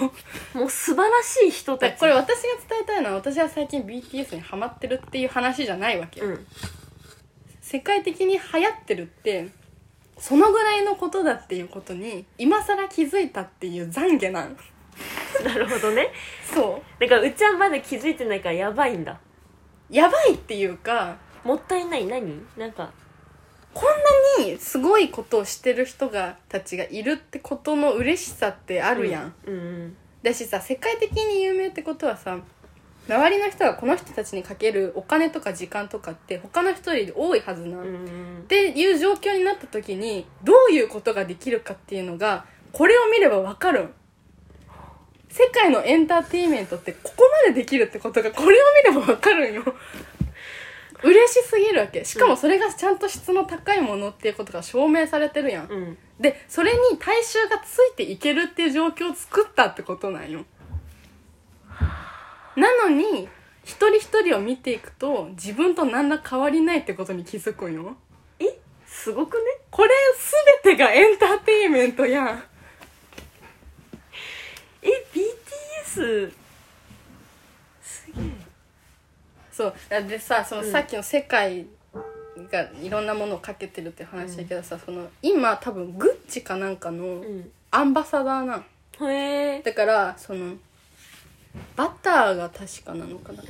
Speaker 1: どもう素晴らしい人
Speaker 2: だ
Speaker 1: た
Speaker 2: から
Speaker 1: ち
Speaker 2: これ私が伝えたいのは私は最近 BTS にハマってるっていう話じゃないわけよ、
Speaker 1: うん <laughs>
Speaker 2: 世界的に流行ってるってそのぐらいのことだっていうことに今更気づいたっていう懺悔なん
Speaker 1: なるほどね
Speaker 2: そ
Speaker 1: だからうちはまだ気づいてないからやばいんだ
Speaker 2: うやばいっていうか
Speaker 1: もったいない何なんか
Speaker 2: こんなにすごいことをしてる人がたちがいるってことの嬉しさってあ
Speaker 1: あ
Speaker 2: るやん、
Speaker 1: うん、うん
Speaker 2: だしさ世界的に有名ってことはさ周りの人がこの人たちにかけるお金とか時間とかって他の人より多いはずな、
Speaker 1: うんん
Speaker 2: っ
Speaker 1: うん
Speaker 2: ていう状況になった時にどういうことができるかっていうのがこれを見ればわかるん世界のエンターテインメントってここまでできるってことがこれを見ればわかるんよ嬉しすぎるわけしかもそれがちゃんと質の高いものっていうことが証明されてるやん
Speaker 1: うん
Speaker 2: でそれに大衆がついていけるっていう状況を作ったってことなんよなのに一人一人を見ていくと自分と何ら変わりないってことに気づくんよ
Speaker 1: えすごくね
Speaker 2: これ全てがエンターテインメントやん
Speaker 1: え BTS
Speaker 2: そうでさそのさっきの世界がいろんなものをかけてるって話だけどさ、その今多分グッチかなんかの
Speaker 1: う
Speaker 2: アンバサダーなん
Speaker 1: んへえ
Speaker 2: だからそのバターが確かなのかな、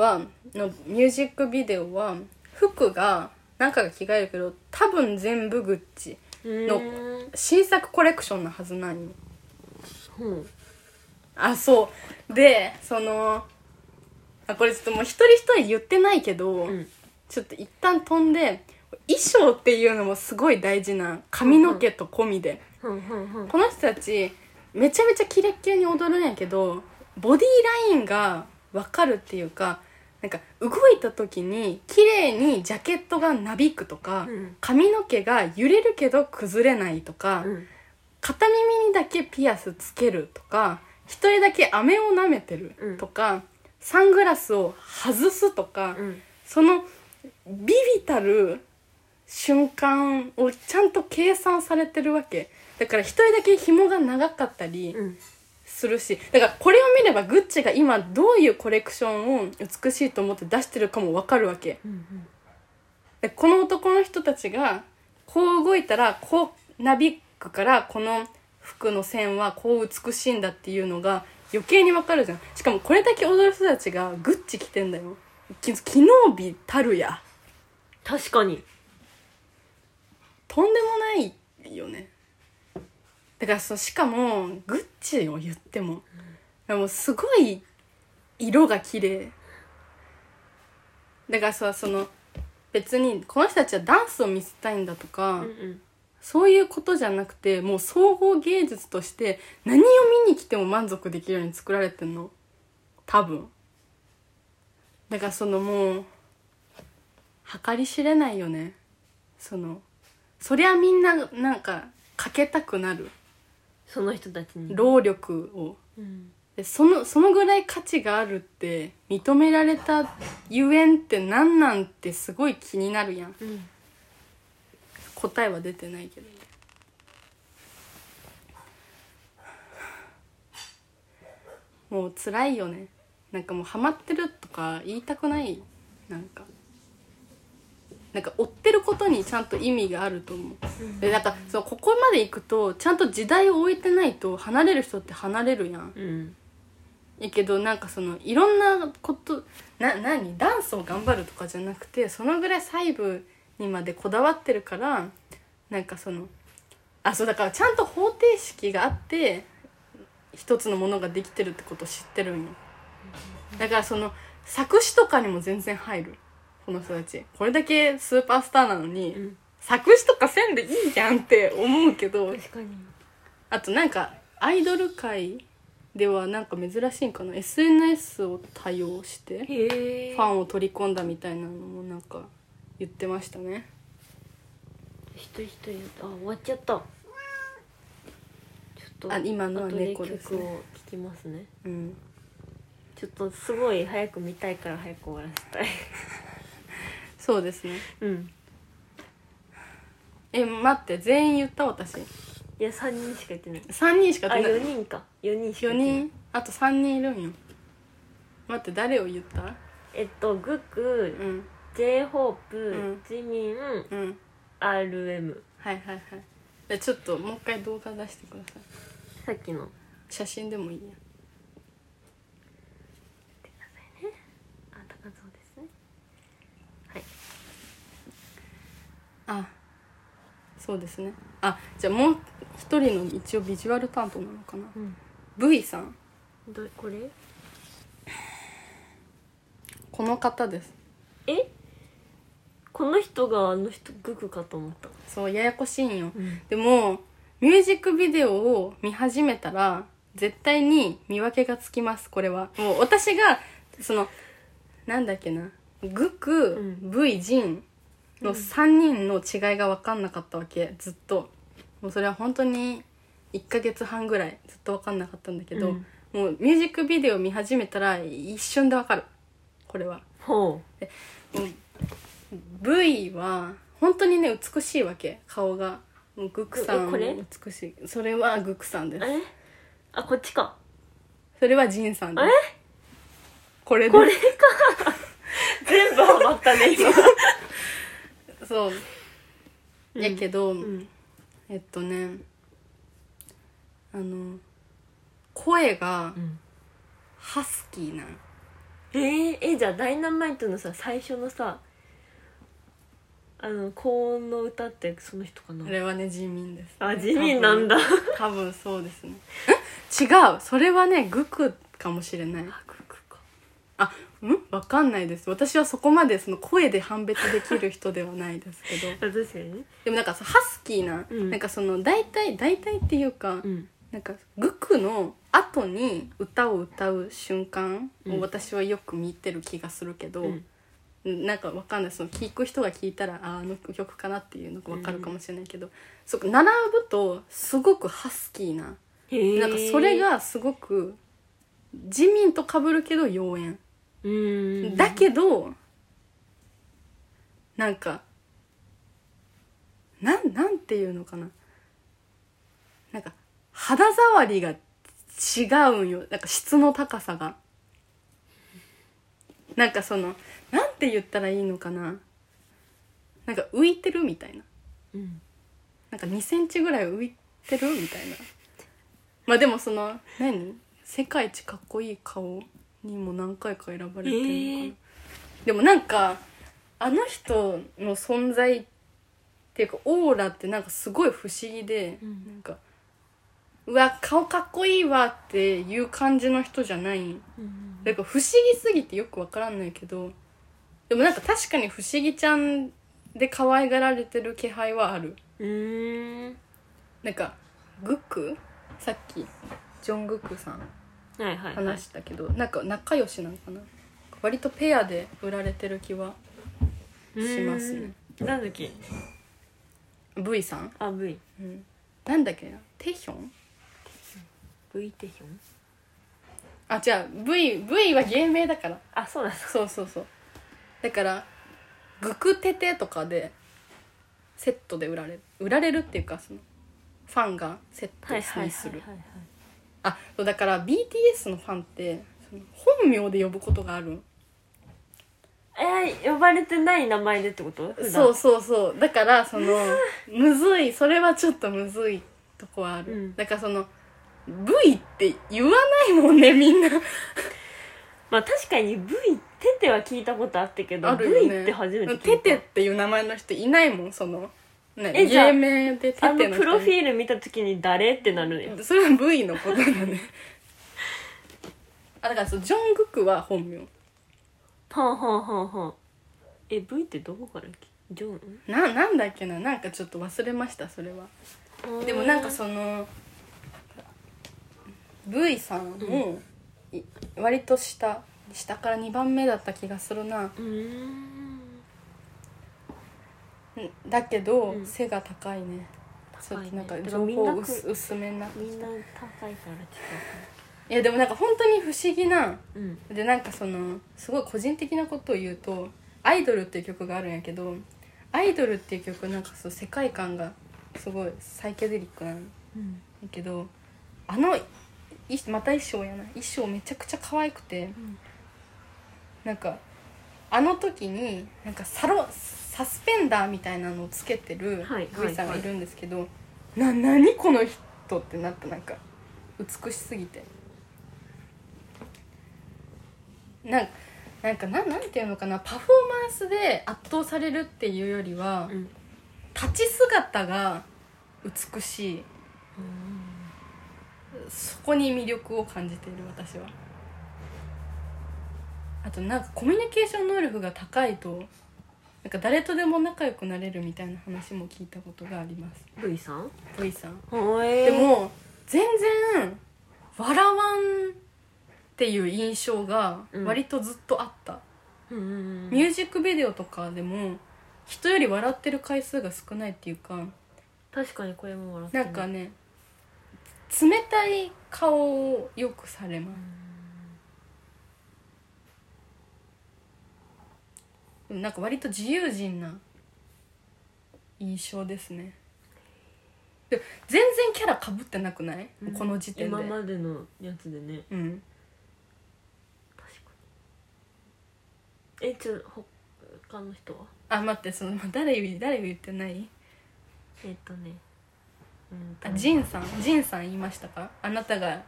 Speaker 2: はのミュージックビデオは服がなんかが着替えるけど多分全部グッチの新作コレクションなはずなんよ
Speaker 1: うん
Speaker 2: あそうでそのあこれちょっともう一人一人言ってないけど、
Speaker 1: うん
Speaker 2: ちょっと一旦飛んで衣装っていうのもすごい大事な髪の毛と込みで、
Speaker 1: うんうんうん
Speaker 2: この人たちめちゃめちゃキレッキレに踊るんやけどボディラインが分かるっていうかなんか動いた時に綺麗にジャケットがなびくとか、
Speaker 1: うん
Speaker 2: 髪の毛が揺れるけど崩れないとか、
Speaker 1: うん
Speaker 2: 片耳にだけピアスつけるとか一人だけ飴を舐めてるとか、サングラスを外すとか、
Speaker 1: うん
Speaker 2: そのビビたる瞬間をちゃんと計算されてるわけだから一人だけ紐が長かったり
Speaker 1: うん
Speaker 2: するしだからこれを見ればグッチが今どういうコレクションを美しいと思って出してるかも分かるわけ
Speaker 1: うん
Speaker 2: でこの男の人たちがこう動いたらこうなびくからこの服の線はこう美しいんだっていうのが余計にわかるじゃんしかもこれだけ踊る人たちがグッチ着てんだよき昨日日たるや
Speaker 1: 確かに
Speaker 2: とんでもないよねだからそうしかもグッチを言っても、でもすごい色が綺麗だからさその別にこの人たちはダンスを見せたいんだとか、
Speaker 1: うんうん
Speaker 2: そういうことじゃなくてもう総合芸術として何を見に来ても満足できるように作られてんの多分だからそのもう計り知れないよねそのそりゃみんななんかかけたくなる
Speaker 1: その人たちに
Speaker 2: 労力を
Speaker 1: うん
Speaker 2: でそのそのぐらい価値があるって認められたゆえんって何なんてすごい気になるやん
Speaker 1: うん
Speaker 2: 答えは出てないけどねもう辛いよねなんかもうハマってるとか言いたくないなんかなんか追ってることにちゃんと意味があると思うでなんかそうここまで行くとちゃんと時代を置いてないと離れる人って離れるやん
Speaker 1: うん
Speaker 2: いいけどなんかそのいろんなことな何ダンスを頑張るとかじゃなくてそのぐらい細部にまでこだわってるからなんかそのあそうだからちゃんと方程式があって一つのものができてるってことを知ってるんよだからその作詞とかにも全然入るこの人たちこれだけスーパースターなのに、
Speaker 1: うん
Speaker 2: 作詞とかせんでいいじゃんって思うけど
Speaker 1: 確かに
Speaker 2: あとなんかアイドル界ではなんか珍しいんかな SNS を多用して
Speaker 1: へえ
Speaker 2: ファンを取り込んだみたいなのもなんか言ってましたね
Speaker 1: 一人一人やったあ終わっちゃったちょっと
Speaker 2: あ今のは
Speaker 1: 後で
Speaker 2: 猫ですね
Speaker 1: 曲を聴きますね
Speaker 2: うん
Speaker 1: ちょっとすごい早く見たいから早く終わらせたい
Speaker 2: そうですね
Speaker 1: うん
Speaker 2: え待って全員言った私
Speaker 1: いや3人しか言ってない
Speaker 2: 3人しか
Speaker 1: あ
Speaker 2: 出
Speaker 1: 四
Speaker 2: ない
Speaker 1: 人か四人しか言
Speaker 2: 4
Speaker 1: ってない
Speaker 2: 人あと3人いるんよ待って誰を言った
Speaker 1: えっとグク
Speaker 2: うん
Speaker 1: j ホープ、
Speaker 2: うん
Speaker 1: ジミン
Speaker 2: うん
Speaker 1: RM
Speaker 2: はいはいはいじゃあちょっともう一回動画出してください
Speaker 1: さっきの
Speaker 2: 写真でもいいや
Speaker 1: あ高そうですねはい
Speaker 2: あそうですねあじゃあもう一人の一応ビジュアル担当なのかな
Speaker 1: うん
Speaker 2: V さん
Speaker 1: どこれ
Speaker 2: この方です
Speaker 1: えこの人があの人グクかと思った
Speaker 2: そうややこしいんよ
Speaker 1: うん
Speaker 2: でもミュージックビデオを見始めたら絶対に見分けがつきますこれはもう私がそのなんだっけなグク、
Speaker 1: う
Speaker 2: V ジンの3人の違いが分かんなかったわけずっともうそれは本当に1ヶ月半ぐらいずっと分かんなかったんだけど、
Speaker 1: うん
Speaker 2: もうミュージックビデオ見始めたら一瞬で分かるこれは
Speaker 1: ほ
Speaker 2: もう V は本当にね美しいわけ顔がもうグクさん
Speaker 1: え
Speaker 2: も
Speaker 1: これ
Speaker 2: 美しいそれはグクさんで
Speaker 1: う
Speaker 2: す
Speaker 1: えあこっちか
Speaker 2: それはジンさんです
Speaker 1: え
Speaker 2: これです
Speaker 1: これか全部ハマったね今
Speaker 2: そう、やけど、
Speaker 1: うん
Speaker 2: えっとねあの声が
Speaker 1: うん
Speaker 2: ハスキーなん
Speaker 1: <laughs> えー、えじゃあ「ダイナマイト」のさ最初のさあの高音の歌ってその人かな
Speaker 2: あれはね人民です
Speaker 1: あ地味なんだ
Speaker 2: 多分多分そうですね違うそれはねグクかもしれない
Speaker 1: あグクか
Speaker 2: あうんわかんないです私はそこまでその声で判別できる人ではないですけ
Speaker 1: <laughs>
Speaker 2: ど
Speaker 1: あ確かにね
Speaker 2: でもなんかそうハスキーな、
Speaker 1: うん
Speaker 2: なんかその大体大体っていうか、
Speaker 1: うん
Speaker 2: なんかグクの後に歌を歌う瞬間を私はよく見てる気がするけど、
Speaker 1: うん
Speaker 2: なんかわかんないその聞く人が聞いたらああの曲かなっていうのがわかるかもしれないけど、そうか並ぶとすごくハスキーな、
Speaker 1: へー
Speaker 2: なんかそれがすごく自民と被るけど妖艶。
Speaker 1: うん
Speaker 2: だけどなんかなんなんていうのかななんか肌触りが違うんよなんか質の高さがなんかそのなんて言ったらいいのかななんか浮いてるみたいな
Speaker 1: うん
Speaker 2: なんか2センチぐらい浮いてるみたいなまあでもその何世界一かっこいい顔にも何回か選ばれてるのかな、
Speaker 1: ええ
Speaker 2: でもなんかあの人の存在っていうかオーラってなんかすごい不思議で、
Speaker 1: うん
Speaker 2: なんかうわ顔かっこいいわっていう感じの人じゃない
Speaker 1: うん
Speaker 2: なんか不思議すぎてよくわからないけどでもなんか確かに不思議ちゃんで可愛がられてる気配はある
Speaker 1: うーん
Speaker 2: なんかグックさっきジョン・グックさん
Speaker 1: はいはいはい
Speaker 2: 話したけど、なんか仲良しなのかな割とペアで売られてる気はしますね
Speaker 1: うんなんだっけ
Speaker 2: V さん、
Speaker 1: あ VV
Speaker 2: うん、なんだっけなテヒョン
Speaker 1: テヒョン
Speaker 2: あじゃあ V, v は芸名だから
Speaker 1: あそうなんだ
Speaker 2: そうそうそうだからグクテテとかでセットで売られる売られるっていうかそのファンがセット
Speaker 1: はいはい
Speaker 2: に
Speaker 1: は
Speaker 2: す
Speaker 1: いはい
Speaker 2: る
Speaker 1: はい
Speaker 2: あそうだから BTS のファンってその本名で呼ぶことがある
Speaker 1: えー、呼ばれてない名前でってこと普段
Speaker 2: そうそうそうだから
Speaker 1: <laughs>
Speaker 2: そのむずいそれはちょっとむずいとこはある、
Speaker 1: うん
Speaker 2: だからその V って言わないもんねみんな
Speaker 1: まあ確かに V テテは聞いたことあったけど、
Speaker 2: ある
Speaker 1: V
Speaker 2: よ
Speaker 1: っ
Speaker 2: ね
Speaker 1: て初めて聞いた
Speaker 2: テテっていう名前の人いないもんその、ね、
Speaker 1: えじゃあ
Speaker 2: 芸名でテ
Speaker 1: あ
Speaker 2: テの
Speaker 1: の
Speaker 2: 人
Speaker 1: プロフィール見た時に誰ってなるのよ
Speaker 2: それは V のことだねあだからそうジョン・グクは本名
Speaker 1: はんはんはんはんえ V ってどこから来ジョン
Speaker 2: ななんだっけななんかちょっと忘れましたそれはでもなんかその V さんも、い割と下下から2番目だった気がするな
Speaker 1: うーん
Speaker 2: んだけど、
Speaker 1: うん
Speaker 2: 背が高いねちょ
Speaker 1: 高いね
Speaker 2: っとなんか
Speaker 1: てか
Speaker 2: 情
Speaker 1: みんな
Speaker 2: 報
Speaker 1: く
Speaker 2: 薄薄めになって
Speaker 1: み
Speaker 2: き
Speaker 1: ん
Speaker 2: た
Speaker 1: な高いからち
Speaker 2: いやでもなんか本当に不思議な
Speaker 1: ょっとうん
Speaker 2: でなんかそのすごい個人的なことを言うと「アイドル」っていう曲があるんやけど「アイドル」っていう曲なんかそう世界観がすごいサイケデリックなんや
Speaker 1: うん
Speaker 2: けどあのいまた衣装やな衣装めちゃくちゃ可愛くて
Speaker 1: ん
Speaker 2: なんかあの時になんかサロサスペンダーみたいなのをつけてる
Speaker 1: はい
Speaker 2: V さんがいるんですけど、な何この人ってなったなんか美しすぎてなんなんかなんなんていうのかなパフォーマンスで圧倒されるっていうよりは、
Speaker 1: うん
Speaker 2: 立ち姿が美しいそこに魅力を感じている私はあとなんかコミュニケーション能力が高いとなんか誰とでも仲良くなれるみたいな話も聞いたことがあります
Speaker 1: V さん
Speaker 2: V さん
Speaker 1: おえ
Speaker 2: でも全然笑わんっていう印象が割とずっとあった、
Speaker 1: うんうん
Speaker 2: ミュージックビデオとかでも人より笑ってる回数が少ないっていうか
Speaker 1: 確かにこれも笑って
Speaker 2: なんかね冷たい顔をよくされますなんか割と自由人な印象ですねでも全然キャラかぶってなくない、
Speaker 1: うん
Speaker 2: この時点で
Speaker 1: 今までのやつでね
Speaker 2: うん
Speaker 1: 確かえちょっと他の人は
Speaker 2: あ待ってその誰より誰より言ってない
Speaker 1: えっとねうんと
Speaker 2: あジンさんジンさん言いましたかあなたが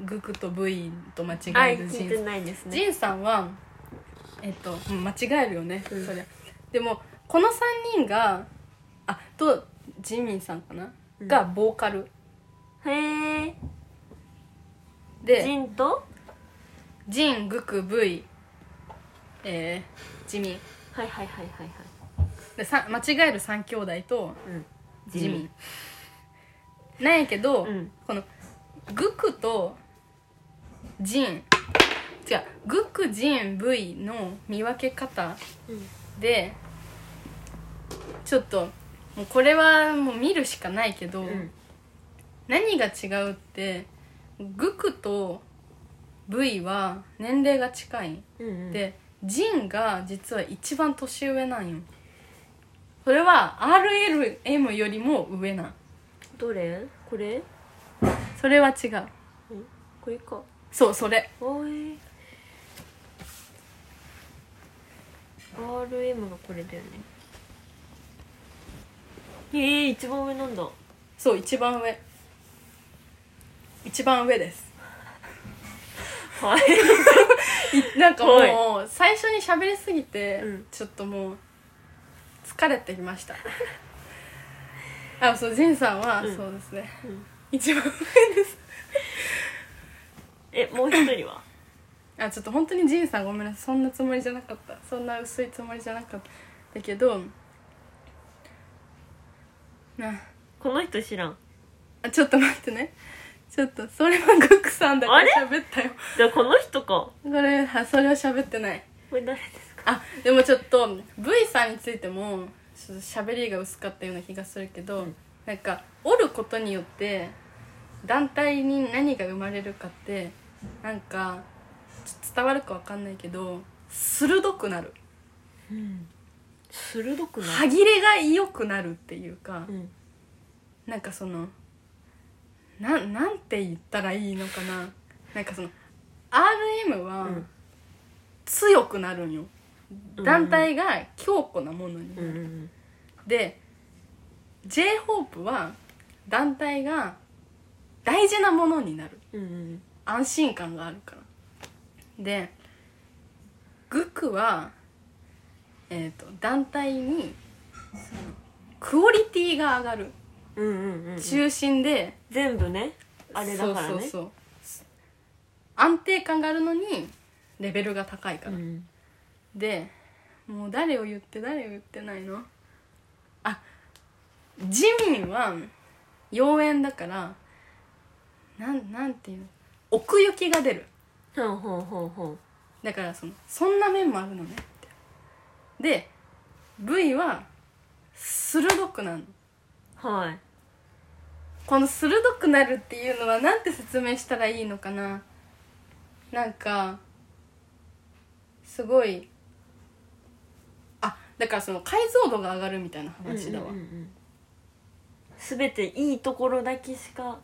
Speaker 2: グクとブイと間違
Speaker 1: あ
Speaker 2: えるジ
Speaker 1: 聞い
Speaker 2: ンさ
Speaker 1: て
Speaker 2: ん
Speaker 1: ないですね
Speaker 2: ジンさんはえっとうん間違えるよね、
Speaker 1: うん
Speaker 2: そりゃでもこの3人があとジミンさんかな、
Speaker 1: うん
Speaker 2: がボーカル
Speaker 1: へえ
Speaker 2: で
Speaker 1: ジンと
Speaker 2: ジングクブイえー、ジミン
Speaker 1: はいはいはいはいはい
Speaker 2: でさ間違える3兄弟と
Speaker 1: うん
Speaker 2: ジミンなんやけど、
Speaker 1: うん
Speaker 2: このグクとジン違うグクジンブイの見分け方
Speaker 1: うん
Speaker 2: でちょっともうこれはもう見るしかないけど、
Speaker 1: うん
Speaker 2: 何が違うってグクとブイは年齢が近い
Speaker 1: うんうん
Speaker 2: でジンが実は一番年上なんよそれは RLM よりも上なん
Speaker 1: どれこれ
Speaker 2: それは違う
Speaker 1: うんこれか
Speaker 2: そうそれ
Speaker 1: おい RM がこれだよねえー、一番上なんだ
Speaker 2: そう一番上一番上です
Speaker 1: はい
Speaker 2: いなんかもう最初に喋りすぎて、
Speaker 1: うん
Speaker 2: ちょっともう疲れてき
Speaker 1: <laughs>
Speaker 2: ましたあそうジンさんは、
Speaker 1: うん
Speaker 2: そうですね、
Speaker 1: うん
Speaker 2: 一番上 <laughs> です
Speaker 1: <laughs> えもう一人は
Speaker 2: あちょっと本当にジンさんごめんなさいそんなつもりじゃなかったそんな薄いつもりじゃなかっただけどな
Speaker 1: この人知らん
Speaker 2: あちょっと待ってねちょっとそれはグクさんだか
Speaker 1: あれ
Speaker 2: ら喋ったよ
Speaker 1: じゃあこの人か
Speaker 2: これはそれは喋ってない
Speaker 1: これ誰ですか
Speaker 2: あでもちょっと V さんについてもちょっと喋りが薄かったような気がするけど、
Speaker 1: うん
Speaker 2: なんか折ることによって団体に何が生まれるかってなんかちょっと伝わるかわかんないけど鋭くなる
Speaker 1: 鋭くない
Speaker 2: 歯切れが良くなるっていうか、
Speaker 1: うん
Speaker 2: なんかそのなんなんて言ったらいいのかななんかその RM
Speaker 1: う
Speaker 2: は
Speaker 1: ん
Speaker 2: 強くなるんよ、
Speaker 1: うん
Speaker 2: 団体が強固なものにな
Speaker 1: う
Speaker 2: る、
Speaker 1: んうん
Speaker 2: で j h o p e は団体が大事なものになる
Speaker 1: うんうん
Speaker 2: 安心感があるからでグクは、えー、と団体にそのクオリティが上がる
Speaker 1: うんうんうんうん
Speaker 2: 中心で、
Speaker 1: 全部ねあれだからね
Speaker 2: そうそうそう安定感があるのにレベルが高いから、
Speaker 1: うん
Speaker 2: でもう誰を言って誰を言ってないのあジミンは妖艶だからなんなんていうの奥行きが出る
Speaker 1: ほうほうほうほ
Speaker 2: だからそのそんな面もあるのねってで V は鋭くなるの
Speaker 1: うはい
Speaker 2: この鋭くなるっていうのはなんて説明したらいいのかななんかすごいあだからその解像度が上がるみたいな話だわ、
Speaker 1: うんうんうんうん全ていいところだけしか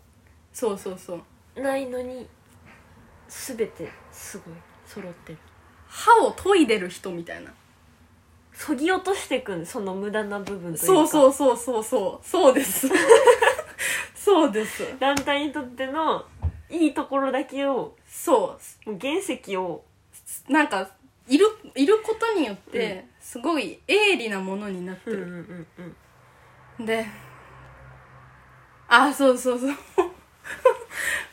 Speaker 2: そうそうそう
Speaker 1: ないのに全てすごい揃ってる
Speaker 2: 歯を研いでる人みたいな
Speaker 1: そぎ落としてくんその無駄な部分というか
Speaker 2: そうそううそうそうそうそうです <laughs> そうです
Speaker 1: 団体にとってのいいところだけを
Speaker 2: そ
Speaker 1: もう原石を
Speaker 2: うなんかいるいることによってすごい鋭利なものになって
Speaker 1: うん
Speaker 2: る、
Speaker 1: うんうんうん
Speaker 2: であそうそうそう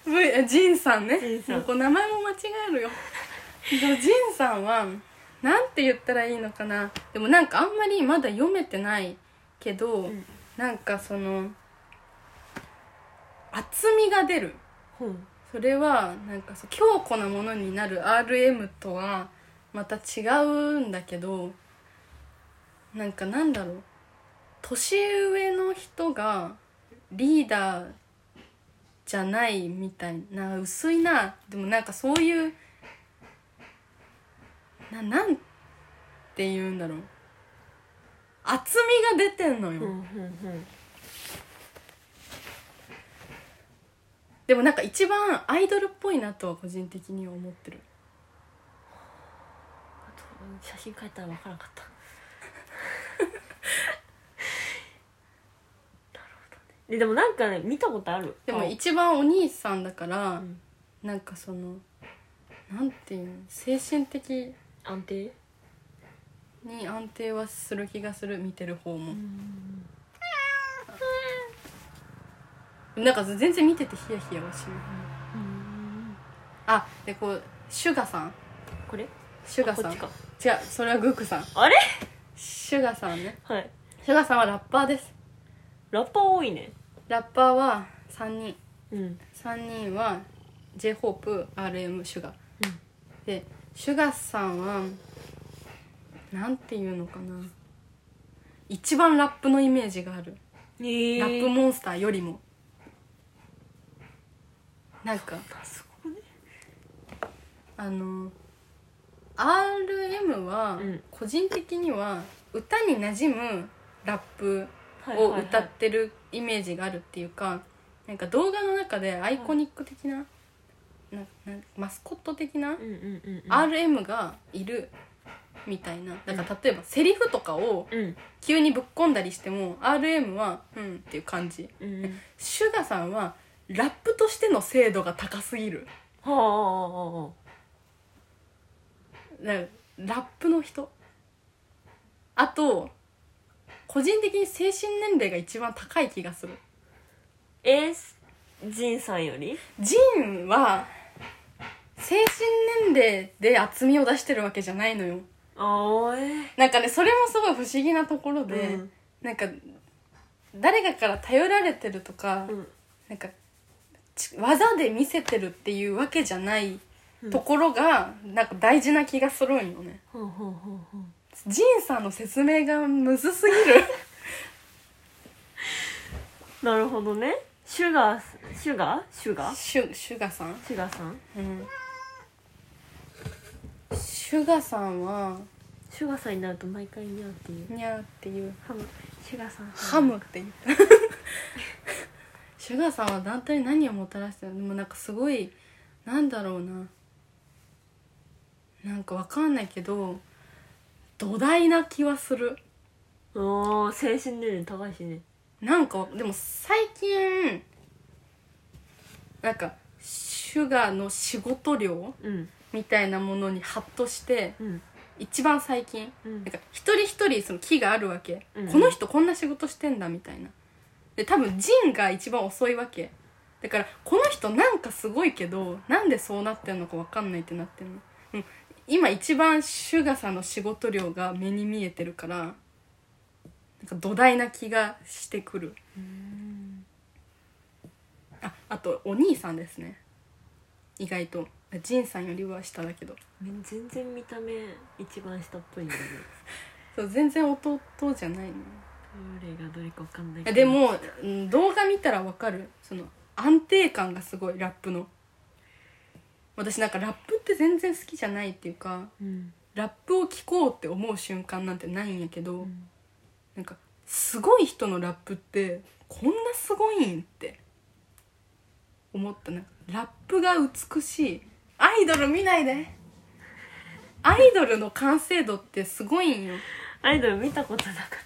Speaker 2: V あジンさんね
Speaker 1: ジンさん
Speaker 2: もうこう名前も間違えるよでもジンさんはなんて言ったらいいのかなでもなんかあんまりまだ読めてないけど、
Speaker 1: ん
Speaker 2: なんかその厚みが出る
Speaker 1: ほう
Speaker 2: それはなんかそう強固なものになる RM とはまた違うんだけどなんかなんだろう年上の人がリーダーじゃないみたいな薄いなでもなんかそういうななんて言うんだろう厚みが出てんのよ、
Speaker 1: うんうんうん
Speaker 2: でもなんか一番アイドルっぽいなとは個人的には思ってる
Speaker 1: あと写真変えたら分からんかったなる <laughs> ほどねででもなんかね見たことある
Speaker 2: でも
Speaker 1: 顔
Speaker 2: 一番お兄さんだから、
Speaker 1: ん
Speaker 2: なんかそのなんていうの精神的
Speaker 1: 安定
Speaker 2: に安定はする気がする見てる方も、なんか全然見ててヒヤヒヤはしるあでこうシュガさん
Speaker 1: これ
Speaker 2: シュガ
Speaker 1: こ
Speaker 2: さん
Speaker 1: っちか
Speaker 2: 違うそれはグークさん
Speaker 1: あれ
Speaker 2: シュガさんね
Speaker 1: はい
Speaker 2: シュガさんはラッパーです
Speaker 1: ラッパー多いね
Speaker 2: ラッパーは3人
Speaker 1: うん
Speaker 2: 3人は j ホープ r m シュガでシュガさんはなんていうのかな一番ラップのイメージがある、
Speaker 1: えー
Speaker 2: ラップモンスターよりもなんか
Speaker 1: あすごいね
Speaker 2: あの RM は
Speaker 1: うん
Speaker 2: 個人的には歌に馴染むラップ
Speaker 1: はいはい
Speaker 2: を
Speaker 1: はい
Speaker 2: 歌ってるイメージがあるっていうか、なんか動画の中でアイコニック的な,、ななマスコット的な
Speaker 1: うんうんうんうん
Speaker 2: RM がいるみたいなだから例えばセリフとかを
Speaker 1: うん
Speaker 2: 急にぶっ込んだりしても RM は「うん」っていう感じ
Speaker 1: うんうん
Speaker 2: シュガさんはラップとしての精度が高すぎる
Speaker 1: はあはあはあは
Speaker 2: だからラップの人あと個人的に精神年齢が一番高い気がする
Speaker 1: あエースジンさんより
Speaker 2: ジンは精神年齢で厚みを出してるわけじゃないのよ
Speaker 1: ああえー
Speaker 2: なんかねそれもすごい不思議なところで、
Speaker 1: うん
Speaker 2: なんか誰かから頼られてるとか、
Speaker 1: うん
Speaker 2: なんかち技で見せてるっていうわけじゃないところが、なんか大事な気がするんよね
Speaker 1: ほうほうほうほう
Speaker 2: ジンさんの説明がむずすぎ
Speaker 1: <laughs>
Speaker 2: る
Speaker 1: なるほどねシュガーシュガーシュガー
Speaker 2: シュシュガさん、
Speaker 1: シュガーさん
Speaker 2: うん、シュガさんは
Speaker 1: シュガーさんになると毎回似合うっていう
Speaker 2: にゃーっていう
Speaker 1: ハムシュガーさん
Speaker 2: ハムって言ったシュガーさんは団体に何をもたらしてるのでもなんかすごいなんだろうななんかわかんないけど土台な気はする
Speaker 1: おー精神年齢高いしね
Speaker 2: なんかでも最近なんかシュガーの仕事量
Speaker 1: うん
Speaker 2: みたいなものにハッとして
Speaker 1: うん
Speaker 2: 一番最近
Speaker 1: うん
Speaker 2: なんか一人一人その木があるわけ、
Speaker 1: うん
Speaker 2: この人こんな仕事してんだみたいなで多分ジンが一番遅いわけだからこの人なんかすごいけどなんでそうなってんのか分かんないってなってんの、うん、今一番シュガさんの仕事量が目に見えてるからなんか土台な気がしてくるああとお兄さんですね意外とジンさんよりは下だけど
Speaker 1: め全然見た目一番下っぽいんだけど
Speaker 2: そう全然弟じゃないの、
Speaker 1: どれがどれかわかんない
Speaker 2: いや
Speaker 1: けど
Speaker 2: でも、うん動画見たらわかるその安定感がすごいラップの私なんかラップって全然好きじゃないっていうか
Speaker 1: うん
Speaker 2: ラップを聴こうって思う瞬間なんてないんやけど、
Speaker 1: ん
Speaker 2: なんかすごい人のラップってこんなすごいんって思ったなんかラップが美しいアイドル見ないでアイドルの完成度ってすごいんよ
Speaker 1: アイドル見たことなかったか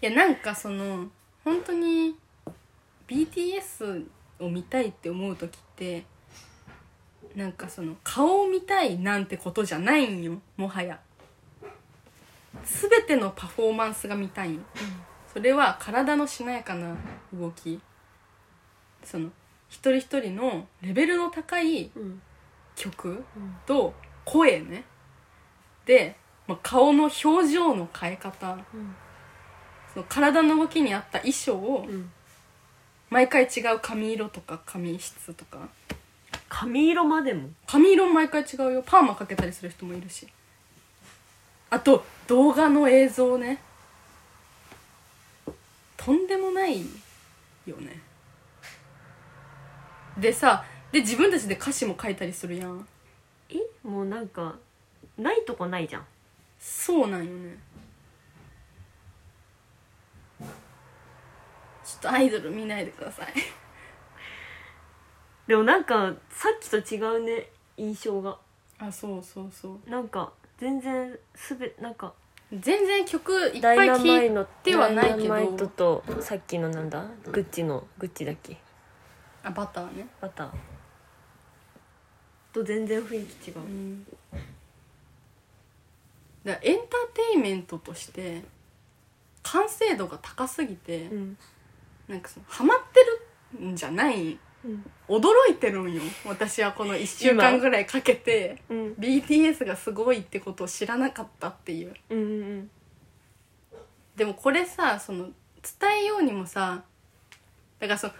Speaker 2: いやなんかその本当に BTS を見たいって思う時ってなんかその顔を見たいなんてことじゃないんよもはや全てのパフォーマンスが見たいんよ、それは体のしなやかな動きその一人一人のレベルの高い
Speaker 1: らうん
Speaker 2: 曲
Speaker 1: うん
Speaker 2: と声ねで、まあ顔の表情の変え方
Speaker 1: うん
Speaker 2: その体の動きに合った衣装を
Speaker 1: うん
Speaker 2: 毎回違う髪色とか髪質とか
Speaker 1: 髪色までも
Speaker 2: 髪色も毎回違うよパーマかけたりする人もいるしあと動画の映像ねとんでもないよねでさで自分たちで歌詞も書いたりするやん
Speaker 1: えもうなんかないとこないじゃん
Speaker 2: そうなんよねちょっとアイドル見ないでください
Speaker 1: でもなんかさっきと違うね印象が
Speaker 2: あそうそうそう
Speaker 1: なんか全然すべなんか
Speaker 2: 全然曲いっ
Speaker 1: ダ
Speaker 2: ぱ
Speaker 1: イ
Speaker 2: い
Speaker 1: ナマイ
Speaker 2: 聴い
Speaker 1: の
Speaker 2: てはないけど
Speaker 1: ダイナマイトとさっきのなんだグッチのグッチだっけ
Speaker 2: あバターね、
Speaker 1: バターと全然雰囲気違う、
Speaker 2: だからエンターテインメントとして完成度が高すぎて、
Speaker 1: うん
Speaker 2: なんかそのハマってるんじゃない
Speaker 1: うん
Speaker 2: 驚いてるんよ私はこの1週間ぐらいかけて
Speaker 1: うん
Speaker 2: BTS がすごいってことを知らなかったっていう
Speaker 1: うんうん
Speaker 2: でもこれさその伝えようにもさだからその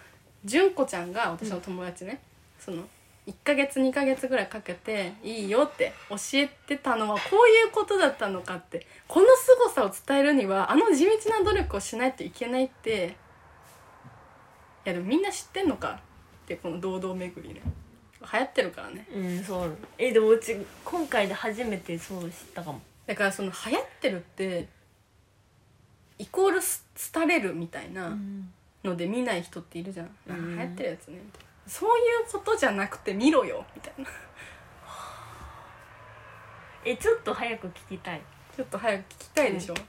Speaker 2: 純子ちゃんが私の友達ね、その1ヶ月2ヶ月ぐらいかけていいよって教えてたのはこういうことだったのかってこの凄さを伝えるにはあの地道な努力をしないといけないっていやでもみんな知ってんのかってこの堂々巡りね流行ってるからね
Speaker 1: うんそうえでもうち今回で初めてそう知ったかも
Speaker 2: だからその流行ってるってイコールす廃れるみたいな、
Speaker 1: ん
Speaker 2: ので見ない人っているじゃん、
Speaker 1: う
Speaker 2: あ
Speaker 1: ん
Speaker 2: 流行ってるやつねそういうことじゃなくて見ろよみたいな
Speaker 1: えちょっと早く聞きたい
Speaker 2: ちょっと早く聞きたいでしょ、ちょ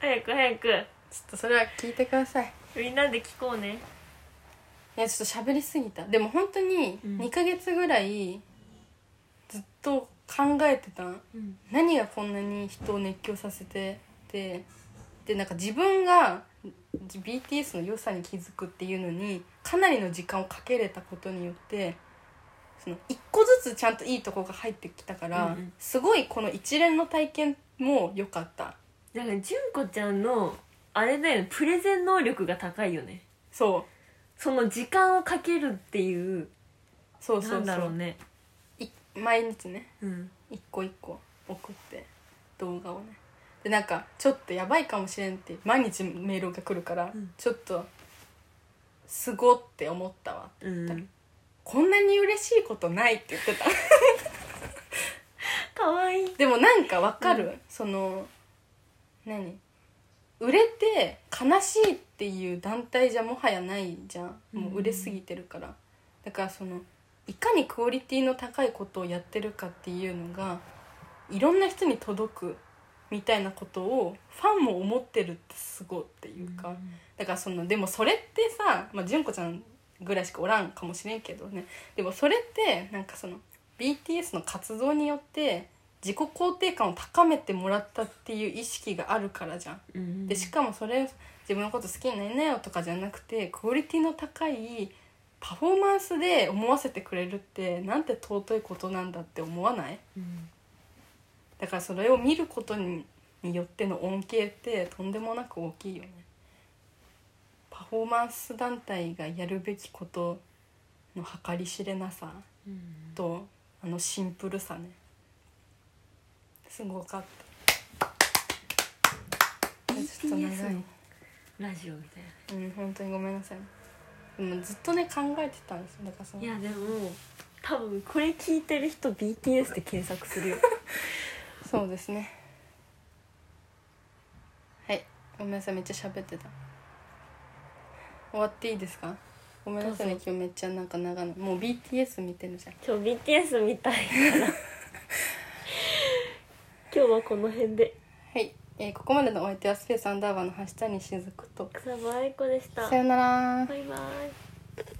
Speaker 1: 早く早く
Speaker 2: っとそれは聞いてください
Speaker 1: みんなで聞こうね
Speaker 2: いやちょっと喋りすぎたでも本当に
Speaker 1: うん
Speaker 2: 2ヶ月ぐらいずっと考えてた
Speaker 1: うん
Speaker 2: 何がこんなに人を熱狂させててでなんか自分が BTS の良さに気づくっていうのにかなりの時間をかけれたことによってその一個ずつちゃんといいとこが入ってきたから、
Speaker 1: うんうん
Speaker 2: すごいこの一連の体験も良かった
Speaker 1: だから純子ちゃんのあれだよねプレゼン能力が高いよね
Speaker 2: そう
Speaker 1: その時間をかけるっていう
Speaker 2: そうそ
Speaker 1: な
Speaker 2: うそうん
Speaker 1: だろうね
Speaker 2: い毎日ね
Speaker 1: うん
Speaker 2: 一個一個送って動画をねでなんかちょっとやばいかもしれんって毎日メールが来るから、
Speaker 1: うん
Speaker 2: ちょっとすごって思ったわ
Speaker 1: うん
Speaker 2: こんなに嬉しいことないって言ってた
Speaker 1: かわいい
Speaker 2: でもなんかわかる、
Speaker 1: う
Speaker 2: その何売れて悲しいっていう団体じゃもはやないじゃんもう売れすぎてるから、だからそのいかにクオリティの高いことをやってるかっていうのがいろんな人に届くみたいなことをファンも思ってるってすごいっていうか、だからそのでもそれってさ、まあ、純子ちゃんぐらいしかおらんかもしれんけどねでもそれってなんかその BTS の活動によって自己肯定感を高めてもらったっていう意識があるからじゃん。
Speaker 1: うん
Speaker 2: でしかもそれ自分のこと好きになりなよとかじゃなくてクオリティの高いパフォーマンスで思わせてくれるってなんて尊いことなんだって思わない
Speaker 1: うん
Speaker 2: だからそれを見ることにによっての恩恵ってとんでもなく大きいよねパフォーマンス団体がやるべきことの計り知れなさ
Speaker 1: うん
Speaker 2: とあのシンプルさねすごかったちょっと長
Speaker 1: BTS
Speaker 2: い
Speaker 1: のラジオみたい
Speaker 2: うん本当にごめんなさいでもずっとね考えてたんですよだからその
Speaker 1: ないやでも多分これ聞いてる人 BTS で検索する <laughs> よ
Speaker 2: そうですねはいごめんなさいめっちゃ喋ってた終わっていいですかごめんなさいね
Speaker 1: どう
Speaker 2: 今日めっちゃなんか長野もう BTS 見てるじゃん
Speaker 1: 今日 BTS みたいから <laughs> 今日はこの辺で
Speaker 2: はい、えーここまでのお相手はスペースアンダーバーの橋谷しずくと
Speaker 1: 草場愛子でした
Speaker 2: さよなら
Speaker 1: バイバイ